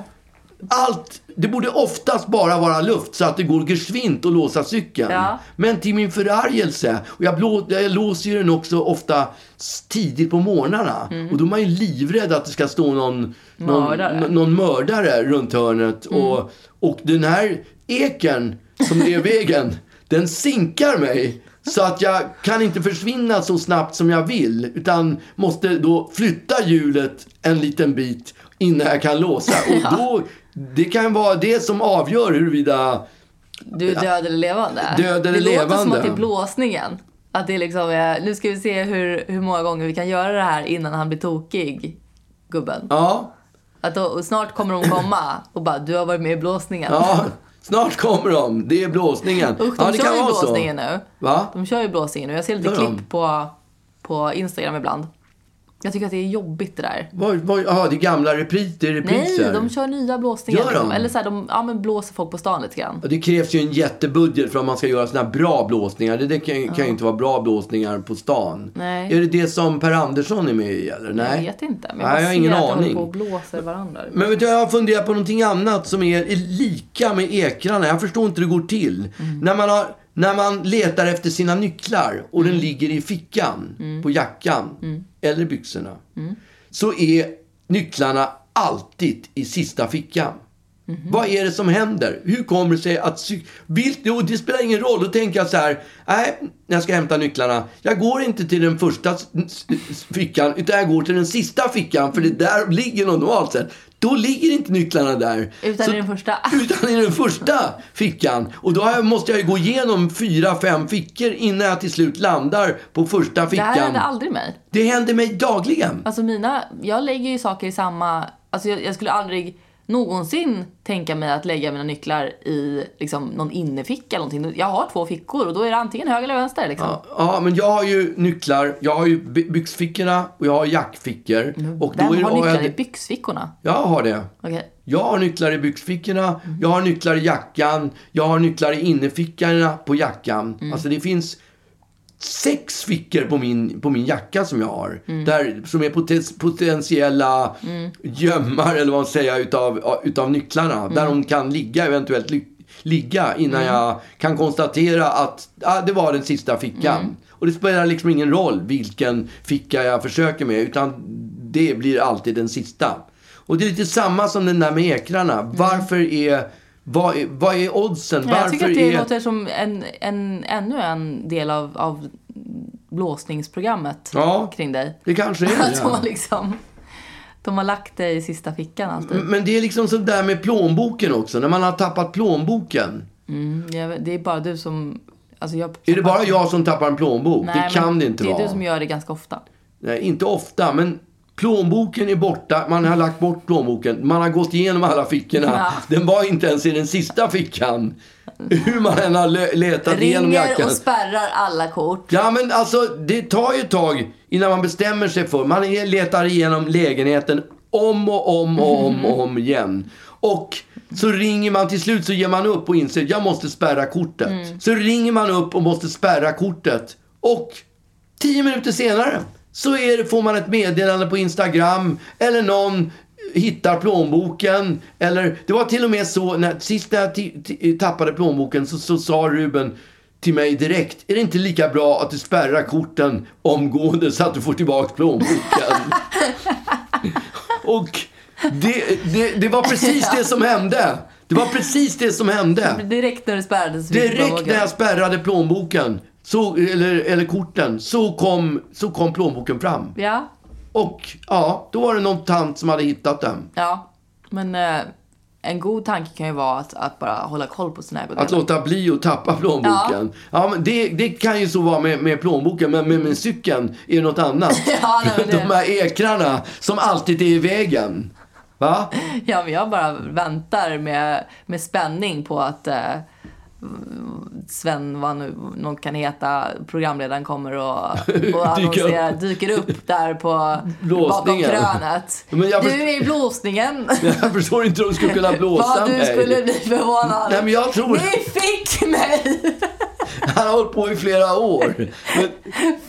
[SPEAKER 4] allt, det borde oftast bara vara luft så att det går geschwint att låsa cykeln.
[SPEAKER 3] Ja.
[SPEAKER 4] Men till min förargelse, och jag, blå, jag låser ju den också ofta s- tidigt på morgnarna. Och då är man ju livrädd att det ska stå någon någon
[SPEAKER 3] Mm. Mördare. Mm.
[SPEAKER 4] n- någon mördare runt hörnet. Och, och den här eken som är i vägen, den sinkar mig. Så att jag kan inte försvinna så snabbt som jag vill. Utan måste då flytta hjulet en liten bit innan jag kan låsa. Och då, det kan vara det som avgör huruvida...
[SPEAKER 3] Du är död eller levande?
[SPEAKER 4] Död eller
[SPEAKER 3] det låter som
[SPEAKER 4] levande.
[SPEAKER 3] att det är blåsningen. Att det liksom är, nu ska vi se hur, hur många gånger vi kan göra det här innan han blir tokig, gubben.
[SPEAKER 4] Ja,
[SPEAKER 3] Att då, och snart kommer hon komma och bara, du har varit med i blåsningen.
[SPEAKER 4] ja snart kommer de. Det är blåsningen.
[SPEAKER 3] Usch, de
[SPEAKER 4] ja, det
[SPEAKER 3] kör
[SPEAKER 4] kan
[SPEAKER 3] ju
[SPEAKER 4] vara så.
[SPEAKER 3] blåsningen nu.
[SPEAKER 4] Va?
[SPEAKER 3] De kör ju blåsningen nu. Jag ser lite
[SPEAKER 4] Gör de?
[SPEAKER 3] klipp på, på Instagram ibland. Jag tycker att det är jobbigt det där.
[SPEAKER 4] Vad, vad, aha, det är gamla repris, det är
[SPEAKER 3] Nej,
[SPEAKER 4] repriser.
[SPEAKER 3] de kör nya blåsningar.
[SPEAKER 4] Gör de?
[SPEAKER 3] liksom. Eller så här, de ja, men blåser folk på stan lite grann.
[SPEAKER 4] Ja, Det krävs ju en jättebudget för att man ska göra såna här bra blåsningar. Det, det kan, kan ju inte vara bra blåsningar på stan.
[SPEAKER 3] Nej.
[SPEAKER 4] Är det det som Per Andersson är med i eller? Nej.
[SPEAKER 3] Jag vet inte. Men jag, bara
[SPEAKER 4] Nej, jag har
[SPEAKER 3] ser
[SPEAKER 4] ingen
[SPEAKER 3] att de håller
[SPEAKER 4] aning.
[SPEAKER 3] på och blåser varandra.
[SPEAKER 4] Men vet du, jag har funderat på någonting annat som är är lika med ekrarna. Jag förstår inte hur det går till. När, man har, när man letar efter sina nycklar och den ligger i fickan, på jackan eller byxorna. Så är nycklarna alltid i sista fickan.
[SPEAKER 3] Mhm.
[SPEAKER 4] Vad är det som händer? Hur kommer det sig att... Sy- Vilt, jo, det spelar ingen roll. Då tänker jag så här. Nej, när jag ska hämta nycklarna. Jag går inte till den första s- s- s- fickan, utan jag går till den sista fickan. För
[SPEAKER 3] Mm.
[SPEAKER 4] det där ligger någon normalt sett. Då ligger inte nycklarna där.
[SPEAKER 3] Utan
[SPEAKER 4] Så-
[SPEAKER 3] i den första.
[SPEAKER 4] Utan i den första fickan. Och då har jag- måste jag ju gå igenom fyra, fem fickor innan jag till slut landar på första
[SPEAKER 3] Det här
[SPEAKER 4] fickan.
[SPEAKER 3] hände aldrig mig.
[SPEAKER 4] Det händer mig dagligen.
[SPEAKER 3] Alltså mina, jag lägger ju saker i samma, alltså jag, jag skulle aldrig någonsin tänka mig att lägga mina nycklar i liksom någon inneficka eller någonting. Jag har två fickor och då är det antingen höger eller vänster liksom.
[SPEAKER 4] Ja, men jag har ju nycklar. Jag har ju by- byxfickorna och jag har jackfickor. Och
[SPEAKER 3] Vem har
[SPEAKER 4] och jag-
[SPEAKER 3] nycklar i byxfickorna?
[SPEAKER 4] Jag har det.
[SPEAKER 3] Okej.
[SPEAKER 4] Jag har nycklar i byxfickorna,
[SPEAKER 3] Mm.
[SPEAKER 4] jag har nycklar i jackan, jag har nycklar i innerfickorna på jackan.
[SPEAKER 3] Mm.
[SPEAKER 4] Alltså det finns sex fickor på min, på min jacka som jag har.
[SPEAKER 3] Mm.
[SPEAKER 4] Där, som är poten- potentiella gömmar, eller vad man säger, utav, utav nycklarna.
[SPEAKER 3] Mm.
[SPEAKER 4] Där de kan ligga, eventuellt li- ligga, innan jag kan konstatera att ah, det var den sista fickan.
[SPEAKER 3] Mm.
[SPEAKER 4] Och det spelar liksom ingen roll vilken ficka jag försöker med, utan det blir alltid den sista. Och det är lite samma som den där med ekrarna. Varför är... Vad är, vad är oddsen?
[SPEAKER 3] Nej,
[SPEAKER 4] Varför
[SPEAKER 3] Mm. jag tycker att det låter som en, en, ännu en del av, av blåsningsprogrammet
[SPEAKER 4] Ja.
[SPEAKER 3] kring dig.
[SPEAKER 4] Det kanske är det.
[SPEAKER 3] Att de har liksom, de har lagt dig i sista fickan alltså. alltid.
[SPEAKER 4] Men det är liksom så där med plånboken också. När man har tappat plånboken.
[SPEAKER 3] Mm, Jag vet- Det är bara du som, alltså jag...
[SPEAKER 4] Är det bara jag som tappar en plånbok?
[SPEAKER 3] Nej, men
[SPEAKER 4] det kan det inte
[SPEAKER 3] Det är
[SPEAKER 4] vara.
[SPEAKER 3] du som gör det ganska ofta.
[SPEAKER 4] Nej, inte ofta, men plånboken är borta. Man har lagt bort plånboken. Man har gått igenom alla fickorna.
[SPEAKER 3] Ja.
[SPEAKER 4] Den var inte ens i den sista fickan. Hur man än har le- letat igenom
[SPEAKER 3] Ringer
[SPEAKER 4] jackan.
[SPEAKER 3] och spärrar alla kort.
[SPEAKER 4] Ja, men alltså det tar ju ett tag innan man bestämmer sig för. Man är- letar igenom lägenheten om och om och om och om igen. Och så ringer man till slut så ger man upp och inser jag måste spärra kortet. Så ringer man upp och måste spärra kortet. Och tio minuter senare så är det, får man ett meddelande på Instagram eller någon hittar plånboken. Eller, det var till och med så, när, sist när jag ti- ti- tappade plånboken så, så sa Ruben till mig direkt, är det inte lika bra att du spärrar korten omgående så att du får tillbaka plånboken? och det, det, det var precis det som hände. Det var precis det som hände.
[SPEAKER 3] Direkt när det spärrades. så fick du bara
[SPEAKER 4] Direkt
[SPEAKER 3] åka.
[SPEAKER 4] när jag spärrade plånboken, så, eller, eller korten, så kom, så kom plånboken fram.
[SPEAKER 3] Ja,
[SPEAKER 4] Och ja, då var det någon tant som hade hittat den.
[SPEAKER 3] ja. Men eh, en god tanke kan ju vara att, att bara hålla koll på sina
[SPEAKER 4] Att
[SPEAKER 3] ägodelar.
[SPEAKER 4] låta bli att tappa plånboken. Ja. men det, det kan ju så vara med, med plånboken, men med, med cykeln är det något annat.
[SPEAKER 3] Ja, nej, men
[SPEAKER 4] De
[SPEAKER 3] det-
[SPEAKER 4] här ekrarna som alltid är i vägen. Va?
[SPEAKER 3] Ja, men jag bara väntar med, med spänning på att eh, Sven, vad nu någon kan heta, programledaren kommer och, och annonserar,
[SPEAKER 4] upp.
[SPEAKER 3] dyker upp där på bakom
[SPEAKER 4] Blåsningen.
[SPEAKER 3] krönet.
[SPEAKER 4] Men jag först-
[SPEAKER 3] Du är i blåsningen.
[SPEAKER 4] Jag förstår inte hur de skulle kunna blåsa
[SPEAKER 3] Vad du
[SPEAKER 4] mig.
[SPEAKER 3] skulle bli förvånad.
[SPEAKER 4] Nej, men jag tror-
[SPEAKER 3] Ni fick mig!
[SPEAKER 4] Han har hållit på i flera år. Men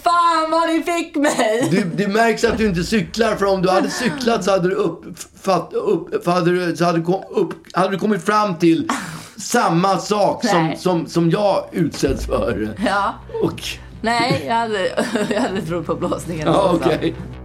[SPEAKER 3] Fan vad ni fick mig!
[SPEAKER 4] Du, det märks att du inte cyklar, för om du hade cyklat så hade du, uppfatt, upp, för hade du, så hade du, kom, upp, hade du kommit fram till samma sak som,
[SPEAKER 3] Nej.
[SPEAKER 4] som, som jag utsätts för.
[SPEAKER 3] Ja.
[SPEAKER 4] Och,
[SPEAKER 3] Nej, jag hade, jag hade trott på blåsningen.
[SPEAKER 4] ja,
[SPEAKER 3] också.
[SPEAKER 4] okej.